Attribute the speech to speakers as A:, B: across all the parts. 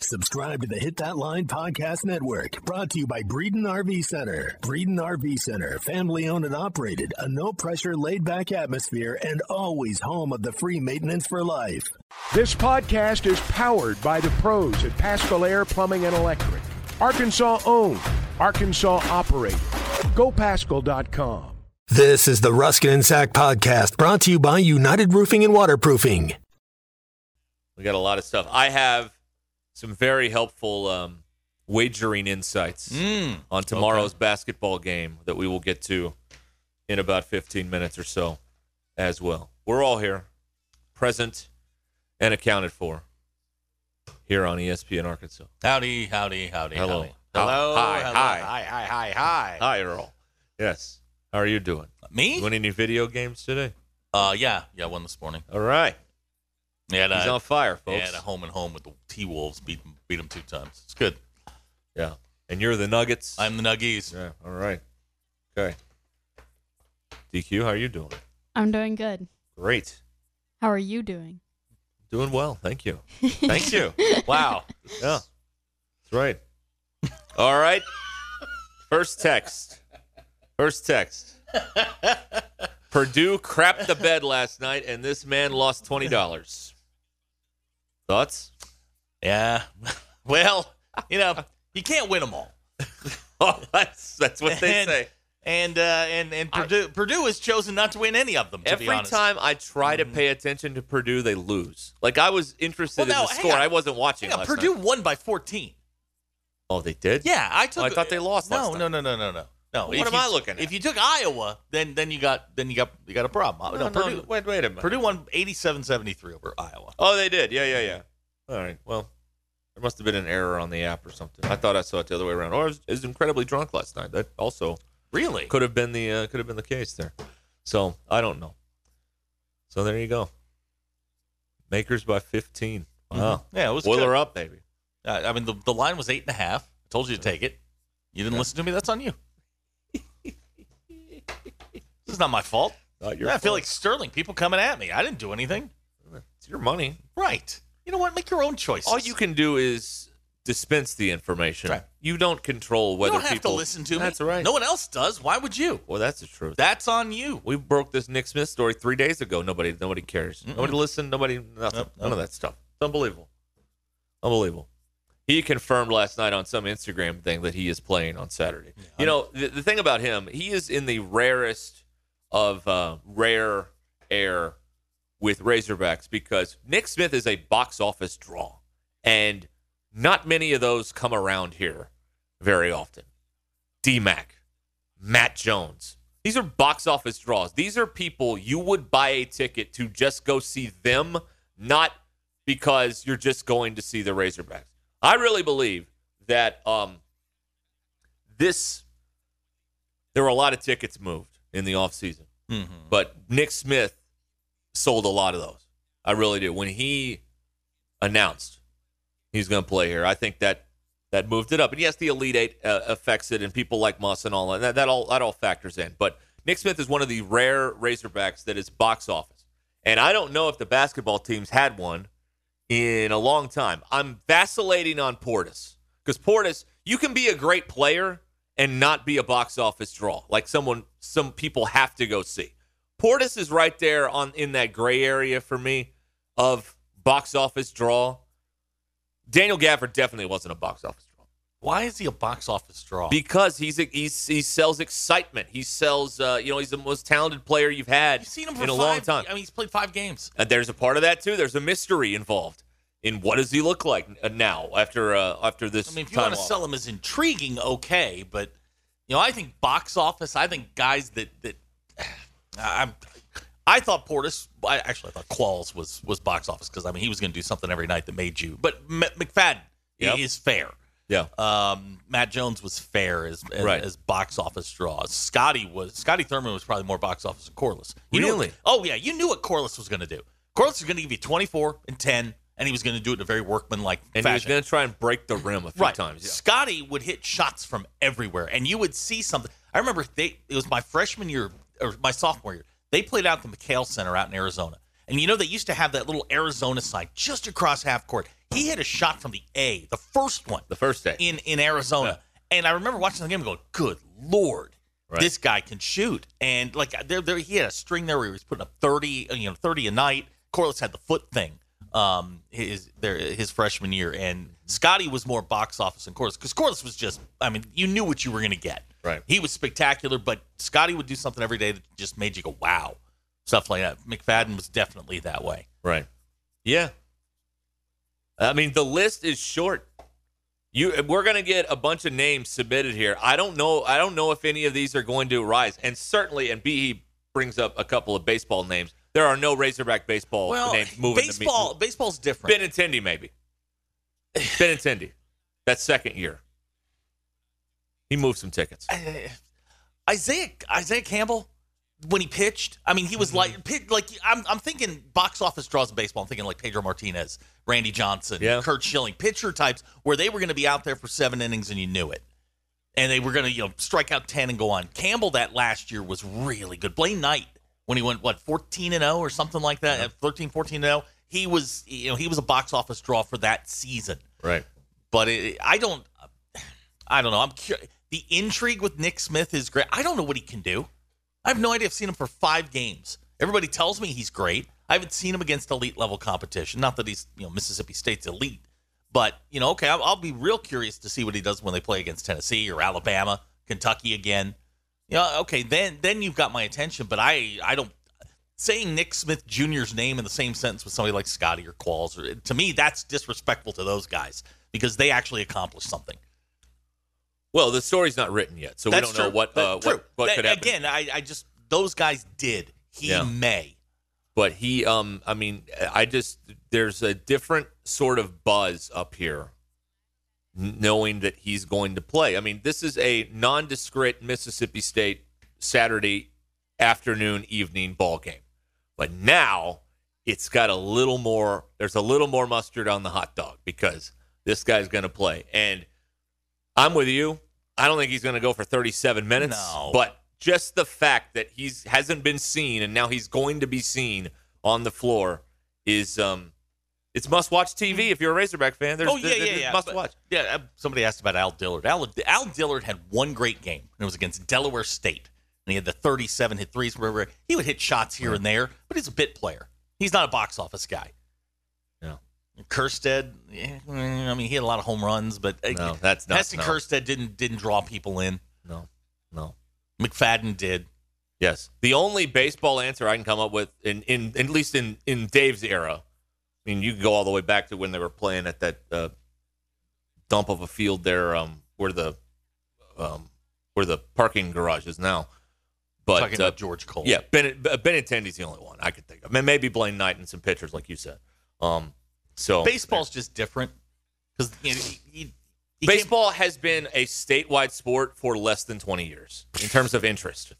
A: Subscribe to the Hit That Line Podcast Network, brought to you by Breeden RV Center. Breeden RV Center, family owned and operated, a no pressure, laid back atmosphere, and always home of the free maintenance for life.
B: This podcast is powered by the pros at Pascal Air Plumbing and Electric. Arkansas owned, Arkansas operated. GoPascal.com.
A: This is the Ruskin and Sack Podcast, brought to you by United Roofing and Waterproofing.
C: We got a lot of stuff. I have some very helpful um, wagering insights
D: Mm,
C: on tomorrow's basketball game that we will get to in about 15 minutes or so as well. We're all here, present and accounted for here on E ESPN Arkansas.
D: Howdy, howdy, howdy.
C: Hello.
D: howdy.
C: Hi-
D: Hello.
C: hi,
D: hello,
C: hi.
D: hi, hi, hi, hi.
C: Hi, Earl. Yes. How are you doing? You
D: Me?
C: win any video games today?
D: Uh, yeah, yeah. I Won this morning.
C: All right.
D: Uh, Yeah,
C: He's on fire, folks.
D: and a home and home with the T Wolves. Beat them, beat them two times. It's good.
C: Yeah. And you're the Nuggets.
D: I'm the Nuggies.
C: yeah. All right. Okay. DQ, how are you doing?
E: I'm doing good.
C: Great.
E: How are you doing?
C: Doing well. Thank you. Thank you. Wow. Yeah. That's right. All right. First text. First text. Purdue crapped the bed last night, and this man lost twenty dollars. Thoughts?
D: Yeah. well, you know, you can't win them all.
C: Oh, that's that's what they
D: And-
C: say.
D: And uh, and and
C: I-
D: Purdue Purdue has chosen not to win any of them. To
C: Every
D: be honest.
C: time I try to pay attention to Purdue, they lose. Like I was interested
D: Well, no,
C: in the
D: hang
C: score.
D: on.
C: I wasn't watching.
D: Hang on,
C: last
D: Purdue
C: night.
D: won by 14.
C: Oh, they did.
D: Yeah, I took.
C: Oh, I thought they lost
D: No,
C: last time.
D: no, no, no, no, no. No,
C: What
D: if
C: am
D: you-
C: I looking at?
D: If you took Iowa, then then you got then you got you got a problem.
C: Oh, No, no,
D: Purdue,
C: Wait, wait a minute.
D: Purdue won 87-73 over Iowa.
C: Oh, they did. Yeah, yeah, yeah. All right. Well, there must have been an error on the app or something. I thought I saw it the other way around. Or I was, I was incredibly drunk last night. That also
D: Really?
C: could have been the uh, could have been the case there. So I don't know. So there you go. Makers by fifteen. Wow.
D: Yeah, it was
C: Boiler
D: good.
C: up, baby.
D: Uh, I mean, the, the line was eight and a half. I told you to take it. You didn't listen to me. That's on you. this is not my fault.
C: Not
D: I feel like Sterling. People coming at me. I didn't do anything.
C: it's your money.
D: Right. You know what? Make your own choices.
C: All you can do is dispense the information.
D: Right.
C: You don't control
D: You
C: whether
D: don't have
C: people
D: to listen to me.
C: That's right.
D: No one else does. Why would you?
C: Well, that's the truth.
D: That's on you.
C: We broke this Nick Smith story three days ago. Nobody, nobody cares. Nobody listened. Nobody, nothing.
D: Nope,
C: None of that stuff. It's unbelievable. Unbelievable. He confirmed last night on some Instagram thing that he is playing on Saturday. you know, the, the thing about him, he is in the rarest of uh, rare air with Razorbacks because Nick Smith is a box office draw, and not many of those come around here very often. D Mac, Matt Jones. These are box office draws. These are people you would buy a ticket to just go see them, not because you're just going to see the Razorbacks. I really believe that um, this, there were a lot of tickets moved in the offseason,
D: Mm-hmm.
C: but Nick Smith sold a lot of those. I really do. When he announced he's going to play here, I think that that moved it up. And yes, the Elite Eight uh, affects it, and people like Moss and all that. That- That all that all factors in. But Nick Smith is one of the rare Razorbacks that is box office, and I don't know if the basketball teams had one in a long time. I'm vacillating on Portis because Portis, you can be a great player and not be a box office draw, like someone some people have to go see. Portis is right there on in that gray area for me of box office draw. Daniel Gafford definitely wasn't a box office draw
D: Why is he a box office draw?
C: because he's, he's he sells excitement. He sells uh, you know he's the most talented player you've had
D: You've seen him
C: in
D: for
C: a
D: five,
C: long time.
D: I mean, he's played five games.
C: Uh, there's a part of that too. There's a mystery involved in what does he look like uh, now after uh, after this.
D: I mean, if you
C: time
D: want to
C: off.
D: sell him as intriguing, okay, but you know, I think box office. I think guys that that I'm. I thought Portis. I actually I thought Qualls was was box office because I mean he was going to do something every night that made you. But M- McFadden i-
C: Yep.
D: is fair.
C: yeah,
D: Um, Matt Jones was fair as as,
C: Right.
D: as box office draws. Scotty was Scotty Thurman was probably more box office than Corliss. You knew-
C: Really?
D: oh yeah, you knew what Corliss was going to do. Corliss was going to give you twenty four and ten, and he was going to do it in a very workmanlike
C: and he was
D: fashion
C: going to try and break the rim a few times. Yeah.
D: Scotty would hit shots from everywhere, and you would see something. I remember they, it was my freshman year or my sophomore year. They played out at the McHale Center out in Arizona, And you know they used to have that little Arizona sign just across half court. He hit a shot from the A, the first one
C: the first day.
D: in in Arizona. And I remember watching the game and going, "Good lord,
C: Right.
D: this guy can shoot!" And like there, there, he had a string there where he was putting up thirty, you know, thirty a night. Corliss had the foot thing, um, his their his freshman year, and
C: Mm-hmm.
D: Scotty was more box office than Corliss because Corliss was just, I mean, you knew what you were going to get.
C: Right.
D: He was spectacular, but Scotty would do something every day that just made you go, "Wow," stuff like that. McFadden was definitely that way.
C: Right. Yeah. I mean, the list is short. You, we're going to get a bunch of names submitted here. I don't know. I don't know if any of these are going to rise. And certainly, and BE brings up a couple of baseball names. There are no Razorback baseball
D: Well,
C: names moving.
D: baseball, baseball's
C: To
D: different.
C: me. Benintendi maybe. Benintendi, that's second year. He moved some tickets.
D: Uh, Isaiah Isaiah Campbell when he pitched. I mean, he was like pit, like I'm I'm thinking box office draws in baseball. I'm thinking like Pedro Martinez, Randy Johnson,
C: Yeah.
D: Kurt Schilling, pitcher types where they were going to be out there for seven innings and you knew it. And they were going to you know strike out ten and go on. Campbell that last year was really good. Blaine Knight when he went what 14 and 0 or something like that, at 13 14 and 0, he was you know he was a box office draw for that season
C: Right.
D: but it, I don't, I don't know. I'm cur- the intrigue with Nick Smith is great. I don't know what he can do. I have no idea. I've seen him for five games. Everybody tells me he's great. I haven't seen him against elite level competition. Not that he's you know Mississippi State's elite, but you know, okay, I'll, I'll be real curious to see what he does when they play against Tennessee or Alabama, Kentucky again. You know, okay, then then you've got my attention. But I I don't saying Nick Smith Jr.'s name in the same sentence with somebody like Scotty or Qualls, or, to me, that's disrespectful to those guys because they actually accomplished something.
C: Well, the story's not written yet, so
D: that's
C: we don't know
D: true.
C: what uh,
D: That's true.
C: what what
D: That-
C: could happen.
D: Again, I, I just those guys did. He
C: Yeah.
D: may.
C: but he um i mean i just there's a different sort of buzz up here n- knowing that he's going to play i mean this is a nondescript mississippi state saturday afternoon evening ball game but now it's got a little more there's a little more mustard on the hot dog because this guy's going to play and i'm with you i don't think he's going to go for 37 minutes
D: No.
C: but just the fact that he's hasn't been seen and now he's going to be seen on the floor is um it's must watch tv if you're a razorback fan there's
D: oh yeah, yeah,
C: there's
D: yeah.
C: must
D: But-
C: watch
D: Yeah, uh, somebody asked about Al Dillard. Al, Al Dillard had one great game, and it was against Delaware State, and he had the 37 hit threes. Where where he would hit shots here and there, but he's a bit player. He's not a box office guy.
C: No.
D: Kerstead. eh, I mean, he had a lot of home runs, but uh,
C: no that's not
D: Heston
C: no,
D: Kerstead didn't didn't draw people in.
C: no no
D: McFadden did.
C: yes the only baseball answer i can come up with in in at least in in dave's era i mean you can go all the way back to when they were playing at that uh dump of a field there um where the um where the parking garage is now but
D: Talking
C: uh,
D: about George Cole.
C: Yeah, ben, Ben- Benintendi's the only one I could think of. May- Maybe Blaine Knight and some pitchers, like you said. Um, so
D: baseball's just different because you know, you- you- you can't-
C: baseball has been a statewide sport for less than twenty years in terms of interest.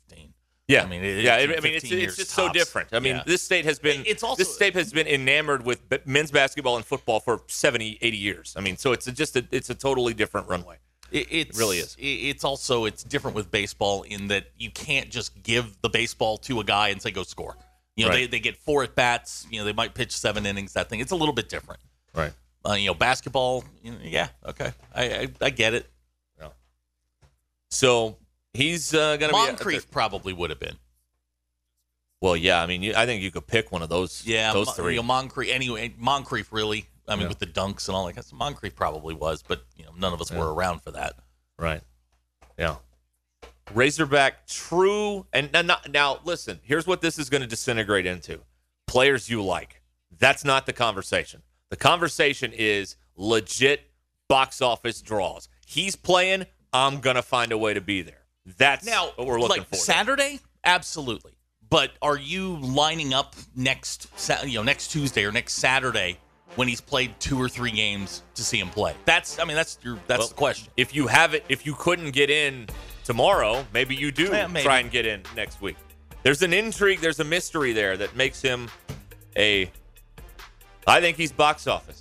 C: Yeah,
D: I mean, it-
C: yeah, I
D: it's
C: mean, it's,
D: 15
C: it's
D: years
C: just so
D: tops.
C: different. I mean,
D: Yeah.
C: this state has been
D: It's also-
C: this state has been enamored with b- men's basketball and football for 70, 80 years. I mean, so it's a, just a, it's a totally different runway.
D: It, it's,
C: really is.
D: it- it's also it's different with baseball in that you can't just give the baseball to a guy and say go score. You know,
C: Right.
D: they, they get four at bats. You know, they might pitch seven innings. That thing. It's a little bit different.
C: Right.
D: Uh, you know, basketball. you know, yeah. Okay. I I, I get it.
C: So he's uh, gonna be.
D: Moncrief probably would have been.
C: Well, yeah. I mean, you, I think you could pick one of those.
D: Yeah,
C: those
D: Mon-
C: three.
D: You know, Moncrief. Anyway, Moncrief really. I mean,
C: Yeah.
D: with the dunks and all like that, so Moncrief probably was, but you know, none of us were around for that.
C: Right. Yeah. Razorback true and now, not, now listen, here's what this is going to disintegrate into. Players you like. That's not the conversation. The conversation is legit box office draws. He's playing, I'm going to find a way to be there. That's
D: Now
C: what we're looking
D: like
C: for.
D: Saturday, absolutely. But are you lining up next, Sa- you know, next Tuesday or next Saturday when he's played two or three games to see him play? That's, I mean, that's your, that's
C: Well,
D: the question.
C: If you have it, if you couldn't get in tomorrow, maybe you do
D: Yeah, maybe.
C: try and get in next week. There's an intrigue, there's a mystery there that makes him a I think he's box office.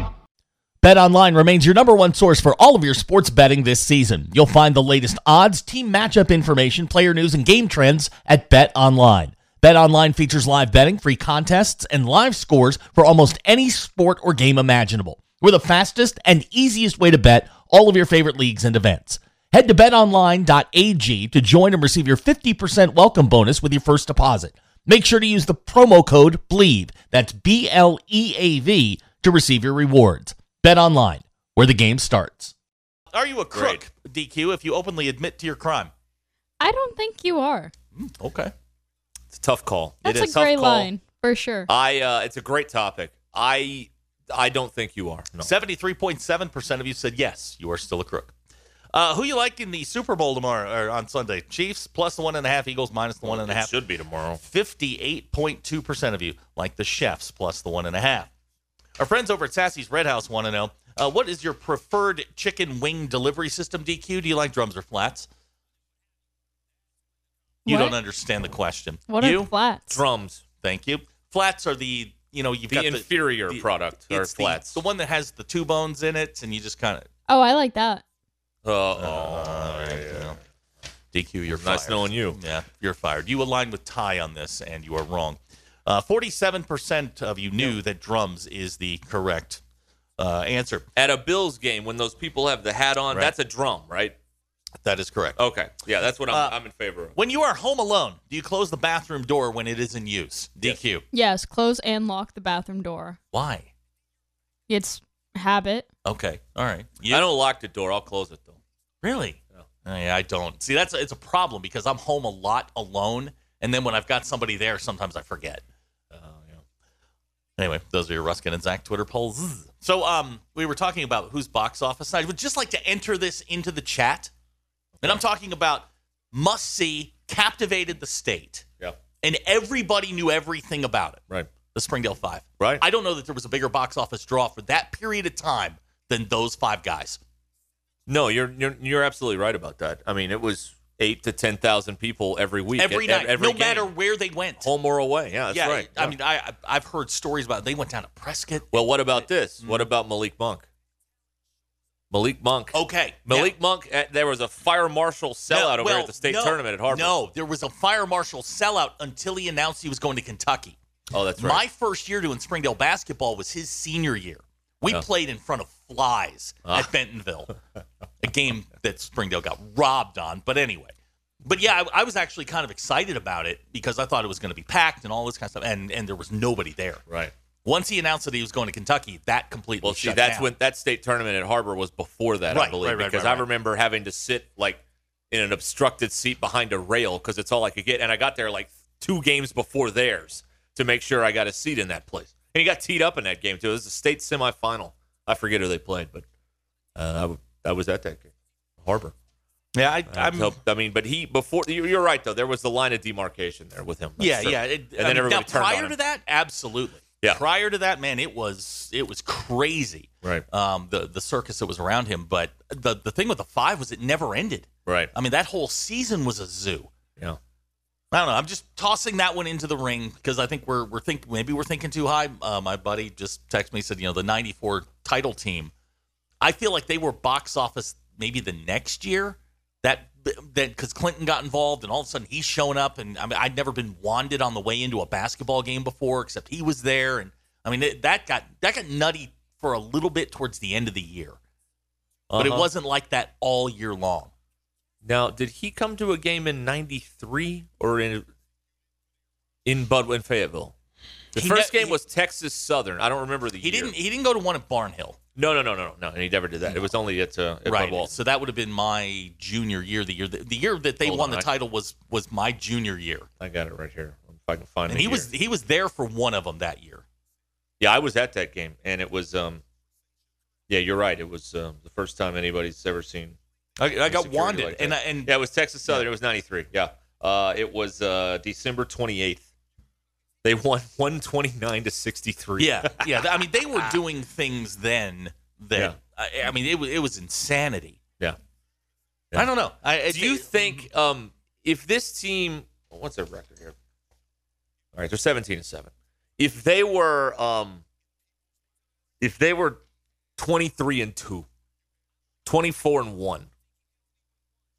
F: BetOnline remains your number one source for all of your sports betting this season. You'll find the latest odds, team matchup information, player news, and game trends at BetOnline. BetOnline features live betting, free contests, and live scores for almost any sport or game imaginable. We're the fastest and easiest way to bet all of your favorite leagues and events. Head to betonline.ag to join and receive your 50% welcome bonus with your first deposit. Make sure to use the promo code BLEAV, that's B L E A V, to receive your rewards. Bet online, where the game starts.
D: Are you a crook, DQ, if you openly admit to your crime?
E: I don't think you are.
D: Okay.
C: It's a tough call. It
E: That's
C: is
E: a gray
C: tough call.
E: line for sure.
C: I. Uh, it's a great topic. I. I don't think you are. No.
D: 73.7% of you said yes, you are still a crook. Uh, who you like in the Super Bowl tomorrow or on Sunday? Chiefs plus the one and a half, Eagles minus the one and a half.
C: Should be tomorrow.
D: 58.2% of you like the chefs plus the one and a half. Our friends over at Sassy's Red House want to know uh, what is your preferred chicken wing delivery system, DQ? Do you like drums or flats? You
E: What?
D: don't understand the question.
E: What
D: you?
E: are flats?
C: Drums.
D: Thank you. Flats are the, you know, you've
C: The
D: got
C: inferior
D: the-
C: product or
D: it's the-
C: flats.
D: The, one that has the two bones in it, and you just kind of.
E: Oh, I like that.
C: Uh, oh,
D: DQ, you're
C: nice
D: fired.
C: knowing you.
D: Yeah, you're fired. You align with Ty on this, and you are wrong. Uh, 47% of you knew that drums is the correct uh, answer.
C: At a Bills game, when those people have the hat on,
D: Right.
C: that's a drum, right?
D: That is correct.
C: Okay. Yeah, that's what I'm,
D: Uh,
C: I'm in favor of.
D: When you are home alone, do you close the bathroom door when it is in use? DQ.
E: Yes, close and lock the bathroom door.
D: Why?
E: It's habit.
D: Okay. All right. You
C: I don't lock the door. I'll close it though.
D: really. Oh, yeah, I don't. See, that's it's a problem because I'm home a lot alone, and then when I've got somebody there, sometimes I forget.
C: Oh,
D: Anyway, those are your Ruskin and Zach Twitter polls. So, um, we were talking about whose box office. I would just like to enter this into the chat, and I'm talking about must see, captivated the state,
C: Yeah.
D: and everybody knew everything about it.
C: Right.
D: The Springdale Five.
C: Right.
D: I don't know that there was a bigger box office draw for that period of time than those five guys.
C: No, you're you're you're absolutely right about that. I mean, it was eight to ten thousand people every week,
D: Every
C: at-
D: night,
C: every
D: no
C: game.
D: matter where they went.
C: home or away. Yeah, that's
D: yeah,
C: right.
D: I
C: Yeah.
D: mean, I I- I've heard stories about they went down to Prescott.
C: well, what about this?
D: Mm-hmm.
C: What about Malik Monk? Malik Monk.
D: Okay,
C: Malik Monk. eh, there was a fire marshal sellout over
D: well,
C: at the state
D: no,
C: tournament at Harvard.
D: No, there was a fire marshal sellout until he announced he was going to Kentucky.
C: Oh, that's
D: My
C: right.
D: first year doing Springdale basketball was his senior year. We played in front of flies at Bentonville, a game that Springdale got robbed on. But anyway, but yeah, I, I was actually kind of excited about it because I thought it was going to be packed and all this kind of stuff, and and there was nobody there.
C: right.
D: Once he announced that he was going to Kentucky, that completely
C: Well, see,
D: shut
C: that's
D: down.
C: when that state tournament at Harbor was before that,
D: Right,
C: I believe,
D: right, right,
C: because
D: right,
C: I
D: right.
C: remember having to sit like in an obstructed seat behind a rail because it's all I could get, and I got there like two games before theirs to make sure I got a seat in that place. And he got teed up in that game too. It was the state semifinal. I forget who they played, but uh, I, w- I was at that game, Harbor.
D: yeah, I,
C: I
D: I'm
C: hope- I mean, but he before you- you're right though. There was the line of demarcation there with him. That's
D: yeah,
C: true.
D: yeah. It, um,
C: and then everybody
D: now,
C: turned
D: prior
C: on him.
D: to that, absolutely.
C: Yeah.
D: Prior to that, man, it was it was crazy.
C: Right.
D: Um, the the circus that was around him, but the the thing with the five was it never ended.
C: Right.
D: I mean, that whole season was a zoo.
C: Yeah.
D: I don't know. I'm just tossing that one into the ring because I think we're we're think maybe we're thinking too high. Uh, my buddy just texted me said you know the '94 title team. I feel like they were box office maybe the next year that that because Clinton got involved and all of a sudden he's showing up and I mean I'd never been wanded on the way into a basketball game before except he was there and I mean it, that got that got nutty for a little bit towards the end of the year, but it
C: Uh-huh.
D: wasn't like that all year long.
C: Now, did he come to a game in '93 or in in Budwin Fayetteville? The
D: He
C: first
D: ne-
C: game
D: he-
C: was Texas Southern. I don't remember the
D: He
C: year.
D: didn't he didn't go to one at Barnhill.
C: No, no, no, no, no, no. He never did that. It was only at, uh, at
D: right.
C: Bud Walton.
D: So that would have been my junior year. The year that, the year that they
C: Hold
D: won
C: on,
D: the
C: I-
D: title was was my junior year,
C: I got it right here. If I can find
D: and
C: it,
D: he was he was there for one of them that year.
C: yeah. I was at that game, and it was um Yeah, you're right. It was um, the first time anybody's ever seen.
D: I, I got
C: security
D: wanded,
C: like that.
D: and I, and
C: Yeah, it was Texas Southern. It was 93. Yeah. Uh, it was uh, December 28th. They won 129 to 63.
D: yeah, yeah. I mean, they
C: Ah.
D: were doing things then that I, I mean, it was it was insanity.
C: Yeah.
D: I don't know. I, I
C: Do you
D: mm-hmm.
C: think um, if this team, oh, what's their record here? All right, they're 17 and 7. If they were um, if they were 23 and 2, 24 and 1,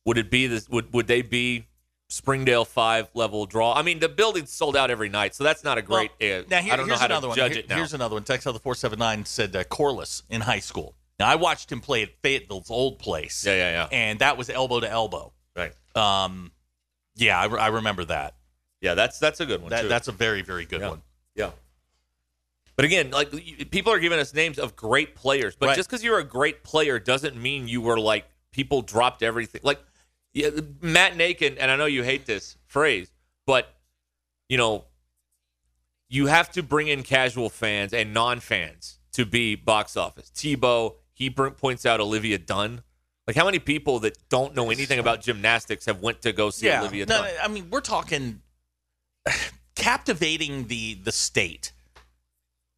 C: would it be this would would they be Springdale 5 level draw? I mean, the building's sold out every night, so that's not a great uh,
D: Now here-
C: I don't know
D: here's
C: how
D: another
C: to
D: one.
C: judge
D: Here-
C: it now.
D: Here's another one. Text out the four seven nine said uh, Corliss in high school. Now I watched him play at Fayetteville's old place.
C: yeah, yeah, yeah.
D: and that was elbow to elbow.
C: Right.
D: Um, yeah, I, re- I remember that.
C: Yeah, that's that's a good one
D: that
C: too.
D: that's a very very good
C: Yeah.
D: one.
C: Yeah. But again, like y- people are giving us names of great players, but
D: Right.
C: just because you're a great player doesn't mean you were like people dropped everything. Like yeah, Matt Nakin, and I know you hate this phrase, but you know, you have to bring in casual fans and non-fans to be box office. Tebow, he br- points out Olivia Dunn. Like how many people that don't know anything about gymnastics have went to go see Olivia
D: no,
C: Dunn?
D: I mean we're talking captivating the the state.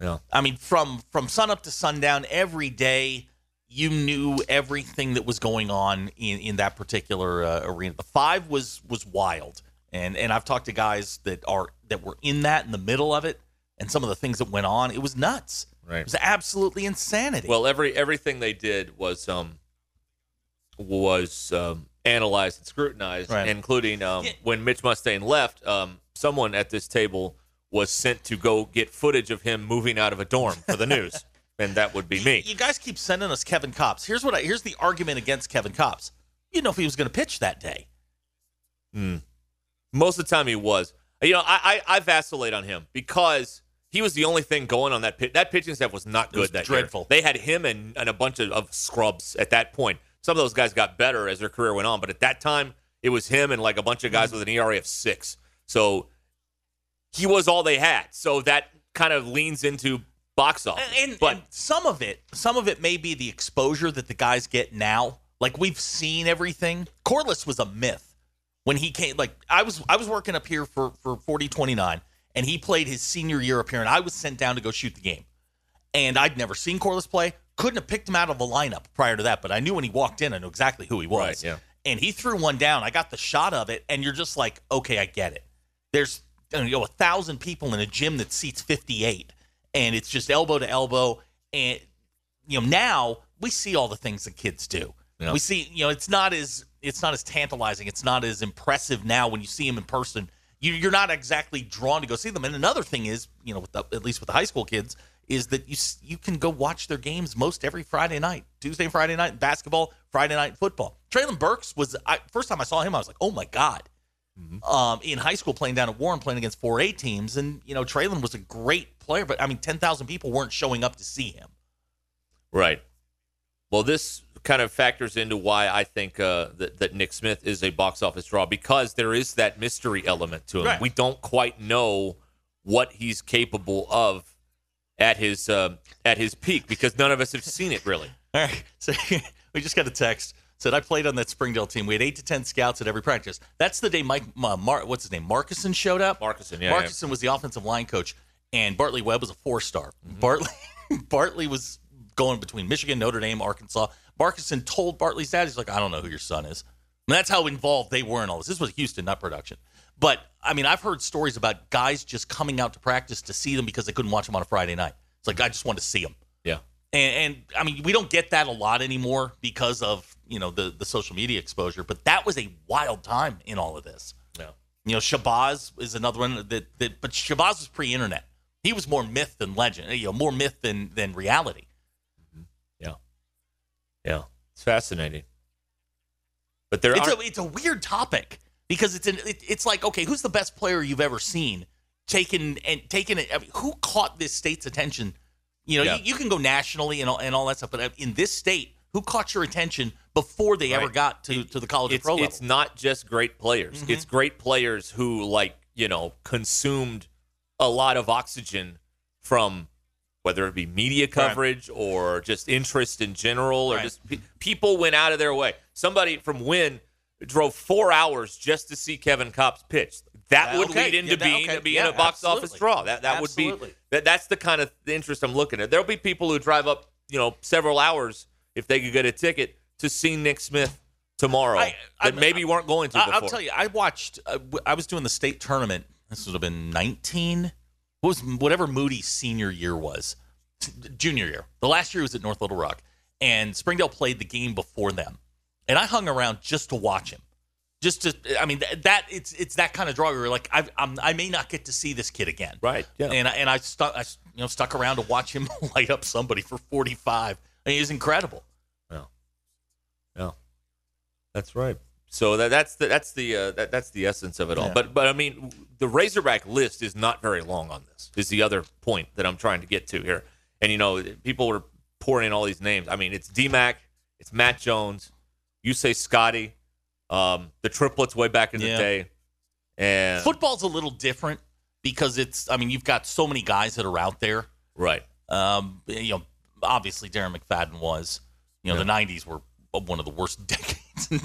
C: Yeah.
D: I mean from from sun up to sundown every day. You knew everything that was going on in, in that particular uh, arena. The five was was wild, and and I've talked to guys that are that were in that in the middle of it, and some of the things that went on. It was nuts.
C: Right.
D: It was absolutely insanity.
C: Well, every everything they did was um was um, analyzed and scrutinized,
D: Right.
C: including um,
D: Yeah.
C: when Mitch Mustaine left. Um, someone at this table was sent to go get footage of him moving out of a dorm for the news, and that would be me.
D: You guys keep sending us Kevin Cops. Here's what I here's the argument against Kevin Cops. You know if he was going to pitch that day.
C: Most of the time, he was. You know, I, I I vacillate on him because he was the only thing going on that pitch. That pitching staff was not good.
D: was
C: that
D: dreadful.
C: Year. They had him and, and a bunch of, of scrubs at that point. Some of those guys got better as their career went on, but at that time, it was him and like a bunch of guys
D: Mm-hmm.
C: with an ERA of six. So he was all they had. So that kind of leans into box office.
D: And, and-
C: but
D: and some of it, some of it may be the exposure that the guys get now. Like we've seen everything. Corliss was a myth when he came. Like I was, I was working up here for for forty twenty nine, and he played his senior year up here, and I was sent down to go shoot the game. And I'd never seen Corliss play. Couldn't have picked him out of a lineup prior to that, but I knew when he walked in, I knew exactly who he was.
C: Right, yeah.
D: And he threw one down. I got the shot of it, and you're just like, okay, I get it. There's I don't know, a thousand people in a gym that seats 58, and it's just elbow to elbow. And you know, now we see all the things that kids do.
C: Yeah.
D: We see, you know, it's not as it's not as tantalizing. It's not as impressive now when you see them in person. You, you're not exactly drawn to go see them. And another thing is, you know, with the, at least with the high school kids, is that you s- you can go watch their games most every Friday night, Tuesday, and Friday night basketball, Friday night football. Traylon Burks was I, first time I saw him, I was like, oh my god. Um, in high school, playing down at Warren, playing against 4A teams, and you know Traylon was a great player, but I mean, ten thousand people weren't showing up to see him.
C: Right. Well, this kind of factors into why I think uh, that, that Nick Smith is a box office draw because there is that mystery element to him.
D: Right.
C: We don't quite know what he's capable of at his um, at his peak because none of us have seen it really.
D: All right. So we just got a text said I played on that Springdale team. We had eight to ten scouts at every practice. That's the day Mike uh, Mar- what's his name Markison showed up.
C: Markison, yeah,
D: Markison was the offensive line coach, and Bartley Webb was a four star.
C: Mm-hmm.
D: Bartley Bartley was going between Michigan, Notre Dame, Arkansas. Markison told Bartley's dad, he's like, I don't know who your son is. And that's how involved they were in all this. This was Houston, not production. But I mean, I've heard stories about guys just coming out to practice to see them because they couldn't watch them on a Friday night. It's like I just wanted to see them.
C: Yeah.
D: And, and I mean, we don't get that a lot anymore because of you know the the social media exposure. But that was a wild time in all of this.
C: Yeah.
D: You know, Shabazz is another one that that, but Shabazz was pre-internet. He was more myth than legend. You know, more myth than than reality.
C: Yeah. It's fascinating. But there
D: It's
C: are
D: a it's a weird topic because it's an it, it's like okay, who's the best player you've ever seen? Taken and taken. I mean, who caught this state's attention? You know,
C: Yeah.
D: you, you can go nationally and all, and all that stuff, but uh, in this state, who caught your attention before they ever
C: Right.
D: got to, to the college or
C: it's,
D: pro level? Mm-hmm.
C: it's not just great players. It's great players who like, you know, consumed a lot of oxygen from whether it be media coverage or just interest in general, or
D: Right.
C: just pe- people went out of their way. Somebody from Wynn drove four hours just to see Kevin Copp's pitch. That
D: Uh,
C: would
D: okay.
C: lead into
D: Yeah, that-
C: being
D: okay.
C: being
D: Yeah,
C: a box office
D: absolutely.
C: draw. That that would be
D: Absolutely.
C: that, that's the kind of interest I'm looking at. There'll be people who drive up, you know, several hours if they could get a ticket to see Nick Smith tomorrow
D: I- I-
C: that maybe weren't going to.
D: I,
C: before.
D: I'll tell you, I watched. Uh, w- I was doing the state tournament. This would have been nineteen. What was whatever Moody's senior year was, t- junior year. The last year was at North Little Rock, and Springdale played the game before them, and I hung around just to watch him. Just to, I mean, th- that it's it's that kind of draw. where You're like, I I'm, I may not get to see this kid again,
C: Right, yeah.
D: And I, and I stuck, I s- you know, stuck around to watch him light up somebody for 45. I mean, it was incredible.
C: That's right. So that, that's the that's the uh, that, that's the essence of it all.
D: Yeah.
C: But but I mean, the Razorback list is not very long on this. Is the other point that I'm trying to get to here. And you know, people were pouring in all these names. I mean, it's D-Mac, it's Matt Jones, you say Scotty, um, the triplets way back in
D: Yeah.
C: the day, and
D: Football's a little different because it's. I mean, you've got so many guys that are out there.
C: right.
D: Um, you know, obviously Darren McFadden was. You know, the '90s were one of the worst decades in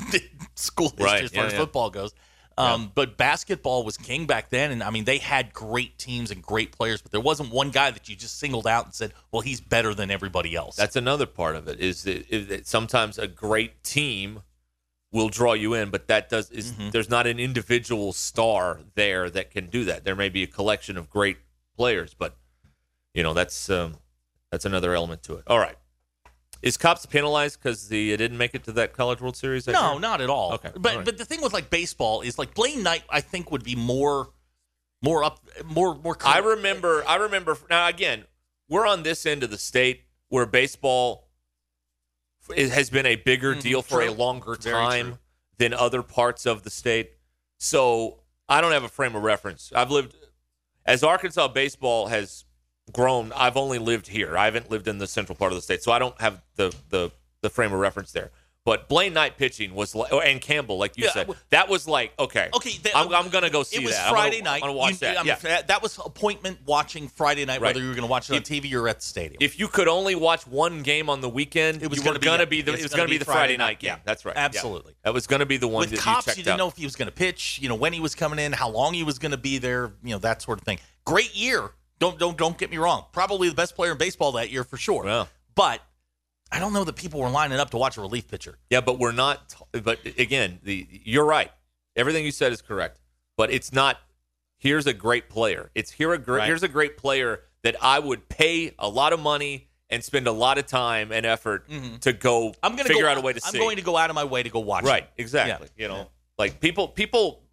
D: school history
C: Right,
D: as far
C: yeah,
D: as
C: yeah.
D: football goes. Um, But basketball was king back then, and I mean, they had great teams and great players, but there wasn't one guy that you just singled out and said, "Well, he's better than everybody else."
C: That's another part of it. Is that, is that sometimes a great team will draw you in, but that does is
D: Mm-hmm.
C: there's not an individual star there that can do that. There may be a collection of great players, but you know that's um, that's another element to it. All right, is cops penalized because the it didn't make it to that College World Series? that
D: No,
C: year?
D: not at all.
C: Okay,
D: But
C: all right.
D: but the thing with like baseball is like Blaine Knight, I think would be more, more up, more more.
C: I remember. I remember. Now again, we're on this end of the state where baseball it has been a bigger deal for a
D: Mm-hmm. true.
C: longer
D: Very
C: time
D: true.
C: than other parts of the state. So I don't have a frame of reference. I've lived as Arkansas baseball has grown. I've only lived here. I haven't lived in the central part of the state, so I don't have the the the frame of reference there. But Blaine Knight pitching was like, oh, and Campbell, like you
D: Yeah,
C: said,
D: w-
C: that was like okay,
D: Okay, the-
C: I'm, I'm gonna go see
D: It was
C: that. I'm gonna-
D: Friday night.
C: I'm gonna watch
D: You-
C: that.
D: I mean,
C: yeah.
D: that. that was appointment watching Friday night,
C: Right.
D: whether you were going to watch it on TV or at the stadium.
C: if you could only watch one game on the weekend,
D: It was
C: you were
D: gonna be-
C: gonna be, the
D: it's
C: it was
D: gonna
C: gonna be
D: be
C: the Friday
D: Friday night
C: night game.
D: game.
C: That's right.
D: Absolutely.
C: Yeah. That was gonna be the one
D: With
C: that
D: cops,
C: you
D: you,
C: checked
D: didn't
C: out.
D: know if he was going to pitch, you know when he was coming in, how long he was going to be there, you know that sort of thing. Great year. Don't don't don't get me wrong. Probably the best player in baseball that year for sure.
C: Yeah.
D: But I don't know that people were lining up to watch a relief pitcher.
C: Yeah, but we're not t- but again, the you're right. Everything you said is correct. But it's not here's a great player. It's here a great
D: Right.
C: here's a great player that I would pay a lot of money and spend a lot of time and effort to go
D: Mm-hmm. I'm going to
C: figure
D: go,
C: out a way to
D: I'm
C: see.
D: going to go out of my way to go watch.
C: Right,
D: it.
C: exactly.
D: Yeah.
C: You know, like people, people,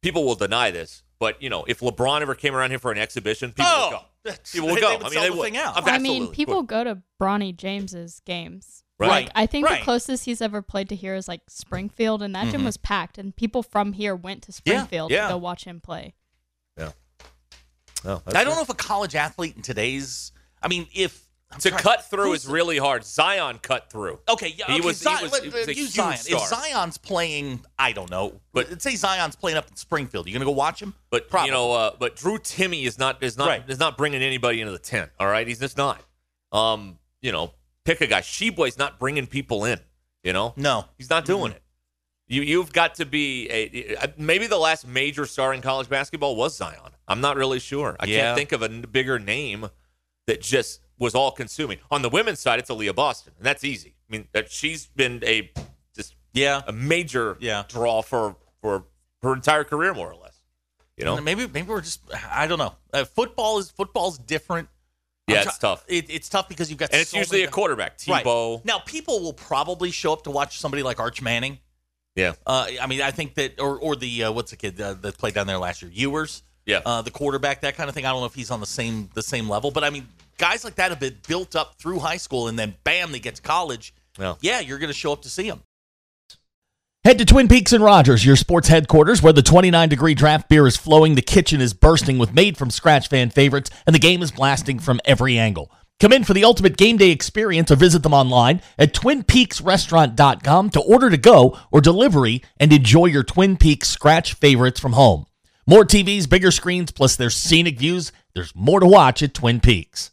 C: people will deny this, but you know, if LeBron ever came around here for an exhibition, people
D: Oh,
C: would go.
D: that's-
C: People would
D: they-
C: go.
D: they would
C: I mean,
D: sell
C: they
D: the
C: would.
D: thing out.
C: Ab-
E: I
C: absolutely.
E: mean, people go to Bronny James's games.
C: Right.
E: Like, I think
D: Right. Mm-hmm.
E: the closest he's ever played to here is like Springfield, and that gym was packed, and people from here went to
D: Yeah,
E: Springfield
D: yeah.
E: to go watch him play.
C: No, that's
D: I don't
C: right.
D: know if a college athlete in today's. I mean, if I'm
C: To
D: trying-
C: cut through
D: who's
C: is really hard. Zion cut through.
D: Okay, yeah,
C: He
D: okay,
C: was- he
D: Zion,
C: was-
D: let-
C: he was a
D: use
C: huge
D: Zion.
C: star.
D: If Zion's playing, I don't know,
C: But-
D: but let's say Zion's playing up in Springfield, you gonna go watch him?
C: But
D: Probably.
C: you know, uh, but Drew Timmy is not is not
D: Right.
C: is not bringing anybody into the tent. All right, he's just not. Um, you know, pick a guy. Sheboy's not bringing people in. You know,
D: no,
C: He's not doing it. You you've got to be a a- maybe the last major star in college basketball was Zion. I'm not really sure. I
D: Yeah.
C: can't think of a n- bigger name that just was all consuming. On the women's side, it's Aaliyah Boston, and that's easy. I mean, that she's been a just
D: yeah,
C: a major
D: Yeah.
C: draw for for her entire career, more or less. You know,
D: maybe maybe we're just I don't know. Uh, football is football's different. I'm
C: yeah,
D: try-
C: it's tough,
D: It, it's tough because you've got
C: and it's
D: so
C: usually
D: many
C: a quarterback,
D: Right.
C: Tebow.
D: Now people will probably show up to watch somebody like Arch Manning.
C: Yeah,
D: Uh, I mean, I think that or or the uh, what's the kid uh, that played down there last year, Ewers.
C: yeah.
D: uh, the quarterback, that kind of thing. I don't know if he's on the same the same level, but I mean, guys like that have been built up through high school, and then bam, they get to college.
C: Yeah.
D: you're going to show up to see them.
F: Head to Twin Peaks and Rogers, your sports headquarters, where the 29 degree draft beer is flowing, the kitchen is bursting with made from scratch fan favorites, and the game is blasting from every angle. Come in for the ultimate game day experience or visit them online at twinpeaksrestaurant.com to order to go or delivery and enjoy your Twin Peaks scratch favorites from home. More TVs, bigger screens, plus their scenic views. There's more to watch at Twin Peaks.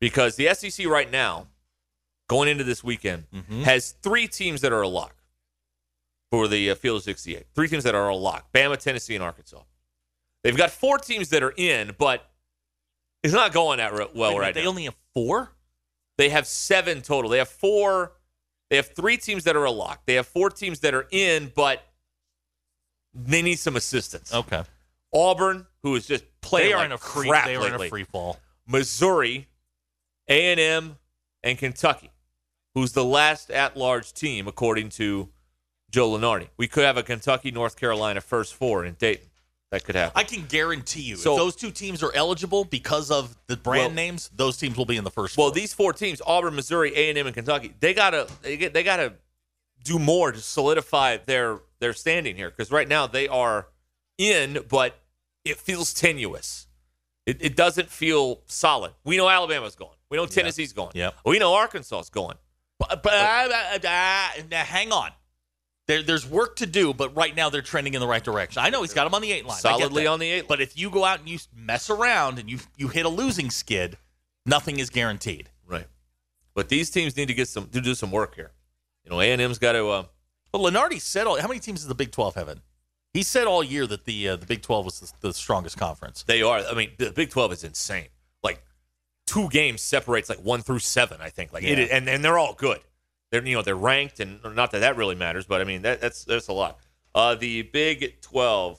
C: because the SEC right now, going into this weekend,
D: Mm-hmm.
C: has three teams that are a lock for the uh, Field of 68. Three teams that are a lock Bama, Tennessee, and Arkansas. They've got four teams that are in, but it's not going that re- well
D: Wait,
C: right
D: they
C: now.
D: only have four.
C: They have seven total. They have four. They have three teams that are a lock. They have four teams that are in, but they need some assistance.
D: Okay,
C: Auburn, who is just playing
D: they are
C: like
D: in a free.
C: crap
D: They are in
C: lately.
D: a free fall.
C: Missouri, A and M, and Kentucky, who's the last at-large team according to Joe Lenardi. We could have a Kentucky North Carolina first four in Dayton. That could happen.
D: I can guarantee you,
C: So-
D: if those two teams are eligible because of the brand
C: Well-
D: names, those teams will be in the first.
C: well,
D: four.
C: these four teams: Auburn, Missouri, A and M, and Kentucky. They gotta they, get- they gotta do more to solidify their their standing here because right now they are in, but it feels tenuous. It, it doesn't feel solid. We know Alabama's going. We know Tennessee's going.
D: Yep.
C: We know Arkansas's going.
D: But, but I, I, I- now ah, hang on. There, there's work to do, but right now they're trending in the right direction. I know he's got him on the eight line, I get
C: Solidly
D: that.
C: on the eight line.
D: But if you go out and you mess around and you you hit a losing skid, nothing is guaranteed.
C: Right. But these teams need to get some to do some work here. You know, A and M's got to. Uh,
D: But Lenardi said, all, "How many teams does the Big Twelve have in?" He said all year that the uh, the Big Twelve was the, the strongest conference.
C: they are. I mean, the Big Twelve is insane. Like two games separates like one through seven. I think. Like it
D: Yeah.
C: is and and they're all good. They're you know they're ranked and not that that really matters, but I mean that, that's that's a lot. Uh, the Big Twelve.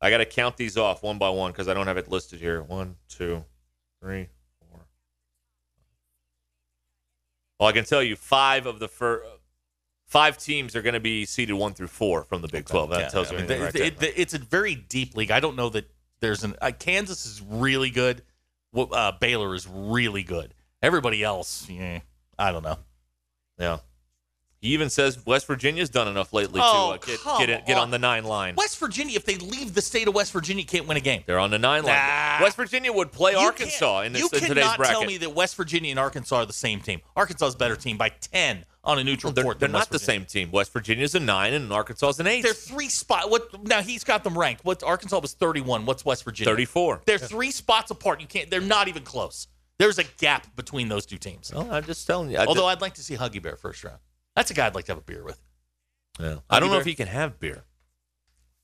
C: I got to count these off one by one because I don't have it listed here. One, two, three, four. Well, I can tell you five of the first. Five teams are going to be seeded one through four from the Big Twelve. That
D: Yeah,
C: tells
D: I
C: you
D: mean,
C: anything
D: it-
C: right
D: it-
C: there.
D: it- it's a very deep league. I don't know that there's an uh, Kansas is really good. Wh- Uh, Baylor is really good. Everybody else, yeah, I don't know.
C: Yeah. He even says West Virginia's done enough lately to
D: Oh,
C: uh,
D: come
C: get get, it, get on
D: on.
C: the nine line.
D: West Virginia, if they leave the state of West Virginia, can't win a game.
C: They're on the nine line.
D: Nah.
C: West Virginia would play Arkansas
D: can't-
C: in, this,
D: you
C: in
D: cannot
C: today's bracket.
D: tell me that West Virginia and Arkansas are the same team. Arkansas is a better team by ten on a neutral
C: they're
D: court.
C: they're
D: than
C: not
D: West
C: the
D: Virginia.
C: same team. West Virginia's a nine and Arkansas's an eight.
D: They're three spot. What now? He's got them ranked. What Arkansas was thirty-one. What's West Virginia?
C: 34.
D: They're three spots apart. You can't. They're not even close. There's a gap between those two teams.
C: Well, I'm just telling you. I,
D: Although I'd like to see Huggy Bear first round. That's a guy I'd like to have a beer with.
C: yeah. I don't know
D: Bear-
C: if he can have beer.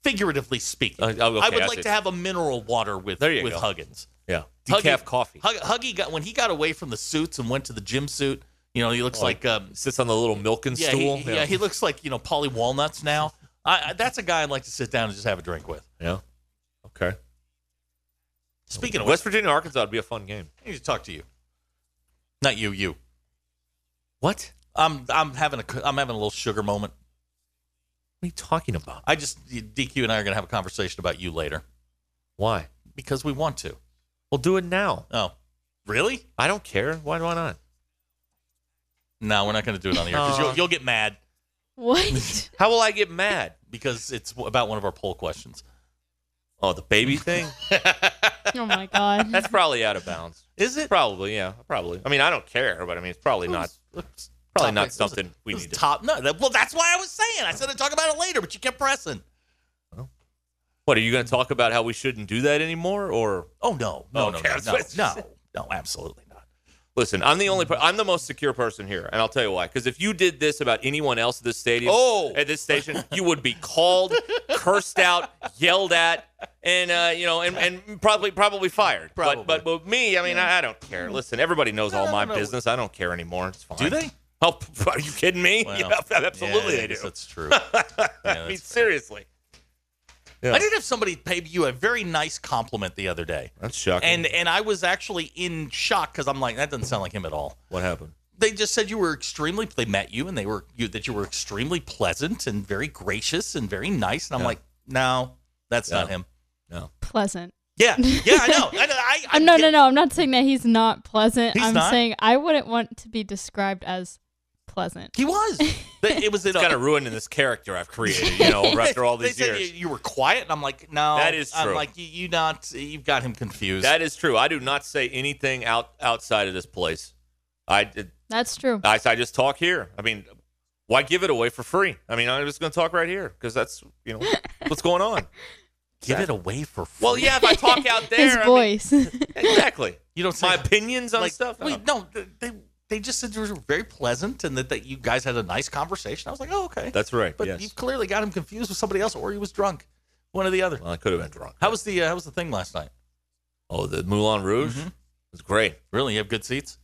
D: Figuratively speaking,
C: Uh, oh, okay,
D: I would
C: I
D: like
C: see.
D: to have a mineral water with
C: There you
D: with
C: go.
D: Huggins.
C: Yeah.
D: Huggy-
C: Decaf coffee.
D: Hug, Huggy got when he got away from the suits and went to the gym suit. You know, he looks like um,
C: Sits on the little milking
D: yeah,
C: stool.
D: He, yeah. he looks like you know Polly Walnuts now. I, I, that's a guy I'd like to sit down and just have a drink with.
C: Yeah. Okay.
D: Speaking of
C: West
D: West,
C: Virginia Arkansas would be a fun game.
D: I need to talk to you. Not you, you. What? I'm I'm having a c- I'm having a little sugar moment.
C: What are you talking about?
D: I just DQ and I are going to have a conversation about you later
C: Why?
D: because we want to.
C: Well, do it now.
D: Oh, really?
C: I don't care. Why? Why not?
D: No, we're not going to do it on the air because you'll, you'll get mad
E: What?
C: How will I get mad?
D: because it's w- about one of our poll questions.
C: Oh, the baby thing.
E: oh my god.
C: That's probably out of bounds.
D: Is it?
C: Probably, yeah, probably. I mean, I don't care, but I mean, it's probably not.
D: Oops.
C: Probably
D: Top
C: not
D: pick. It was a-
C: something we
D: it was
C: need to-
D: Top. No. That, well, that's why I was saying. I said I'd talk about it later, but you kept pressing.
C: What are you going to talk about? How we shouldn't do that anymore? Or
D: Oh no. No.
C: Oh, no,
D: no.
C: that's
D: No.
C: what I
D: No. no, no, Absolutely not.
C: listen, I'm the only. Per- I'm the most secure person here, and I'll tell you why. Because if you did this about anyone else at this stadium,
D: Oh.
C: at this station, you would be called, cursed out, yelled at, and uh, you know, and, and probably probably fired.
D: Probably.
C: But, but but me, I mean, I, I don't care. Listen, everybody knows all
D: no,
C: my
D: no.
C: business. I don't care anymore. It's fine.
D: Do they?
C: Oh, p- are you kidding me?
D: Well,
C: yeah, absolutely,
D: yeah,
C: they
D: I
C: do.
D: guess That's true. Yeah,
C: I
D: that's
C: mean,
D: fair.
C: seriously,
D: I did have somebody pay you a very nice compliment the other day,
C: that's shocking.
D: and and I was actually in shock because I'm like, that doesn't sound like him at all.
C: what happened?
D: They just said you were extremely. They met you, and they were you that you were extremely pleasant and very gracious and very nice. And I'm
C: Yeah.
D: like, no, that's not
C: Yeah.
D: him.
E: pleasant.
D: Yeah, yeah, I know. I know. I, I
E: I'm no, no,
D: get-
E: no. I'm not saying that he's not pleasant.
D: He's
E: I'm
D: not?
E: saying I wouldn't want to be described as pleasant.
D: He was. But it was in
C: It's kind of ruining this character I've created, you know, after all these
D: they said
C: years.
D: You, you were quiet, and I'm like, no,
C: That is
D: I'm
C: true.
D: like, you, you not. You've got him confused.
C: That is true. I do not say anything out outside of this place. I
E: That's true.
D: Ah,
C: I, I just talk here. I mean, why give it away for free? I mean, I'm just going to talk right here because that's you know what's going on.
D: Give it away for free.
C: Well, yeah, if I talk out there,
E: His
C: I mean-
E: voice.
C: exactly.
D: you don't say
C: My opinions on
D: like,
C: stuff. Oh,
D: Wait, no, th- they they just said you were very pleasant and that, that you guys had a nice conversation. I was like, oh, okay.
C: that's right.
D: but
C: yes.
D: you've clearly got him confused with somebody else, or he was drunk, one or the other.
C: Well, I could have been drunk.
D: How was the uh, how was the thing last night?
C: Oh, the Moulin Rouge
D: Mhm.
C: was great.
D: Really, you have good seats.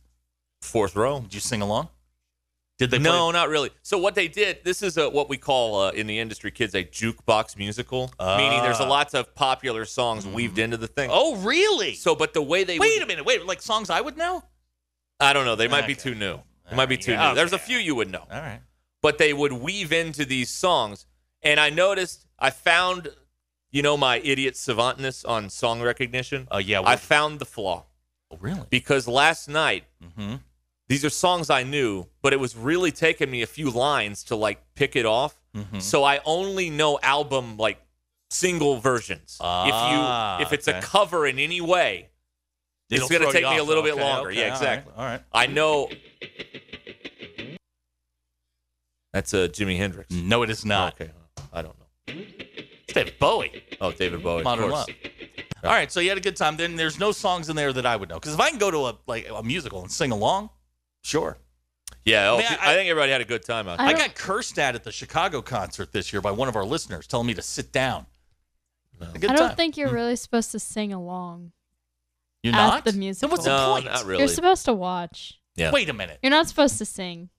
C: Fourth row.
D: Did you sing along? Did they?
C: no,
D: Play?
C: not really. So what they did, this is a, what we call uh, in the industry, kids, a jukebox musical, meaning there's a
D: Ah.
C: lots of popular songs weaved into the thing.
D: Oh, really?
C: so but the way they
D: wait
C: would-
D: a minute. Wait, like songs I would know.
C: I don't know, they might be
D: Okay.
C: too new. It might be too
D: Yeah,
C: new. There's a
D: okay.
C: few you would know,
D: All right.
C: but they would weave into these songs, and I noticed I found, you know, my idiot savantness on song recognition.
D: Oh yeah.
C: I found the flaw
D: oh, really?
C: because last night
D: Mm-hmm.
C: these are songs I knew, but it was really taking me a few lines to like pick it off.
D: Mhm.
C: So I only know album like single versions.
D: Ah,
C: if you if it's a
D: okay.
C: cover in any way, it's going to take me a little bit longer. yeah, exactly.
D: All right.
C: I know. That's uh, Jimi Hendrix.
D: No, it is not.
C: Okay, I don't know.
D: David Bowie.
C: Oh,
D: Mm-hmm.
C: David Bowie. of
D: Modern
C: course.
D: Love. All right, so you had a good time. Then there's no songs in there that I would know because if I can go to a like a musical and sing along, sure.
C: Yeah, oh,
D: Man,
C: I,
D: I-
C: think everybody had a good time out
E: I
D: I,
E: don't-
D: got cursed at at the Chicago concert this year by one of our listeners telling me to sit down. A good
E: I don't
D: time.
E: think you're really supposed to sing along.
D: You're
E: at
D: not
E: the musical.
D: Then what's the
C: no,
D: point?
C: not really.
E: You're supposed to watch.
C: yeah,
D: Wait a minute.
E: You're not supposed to sing.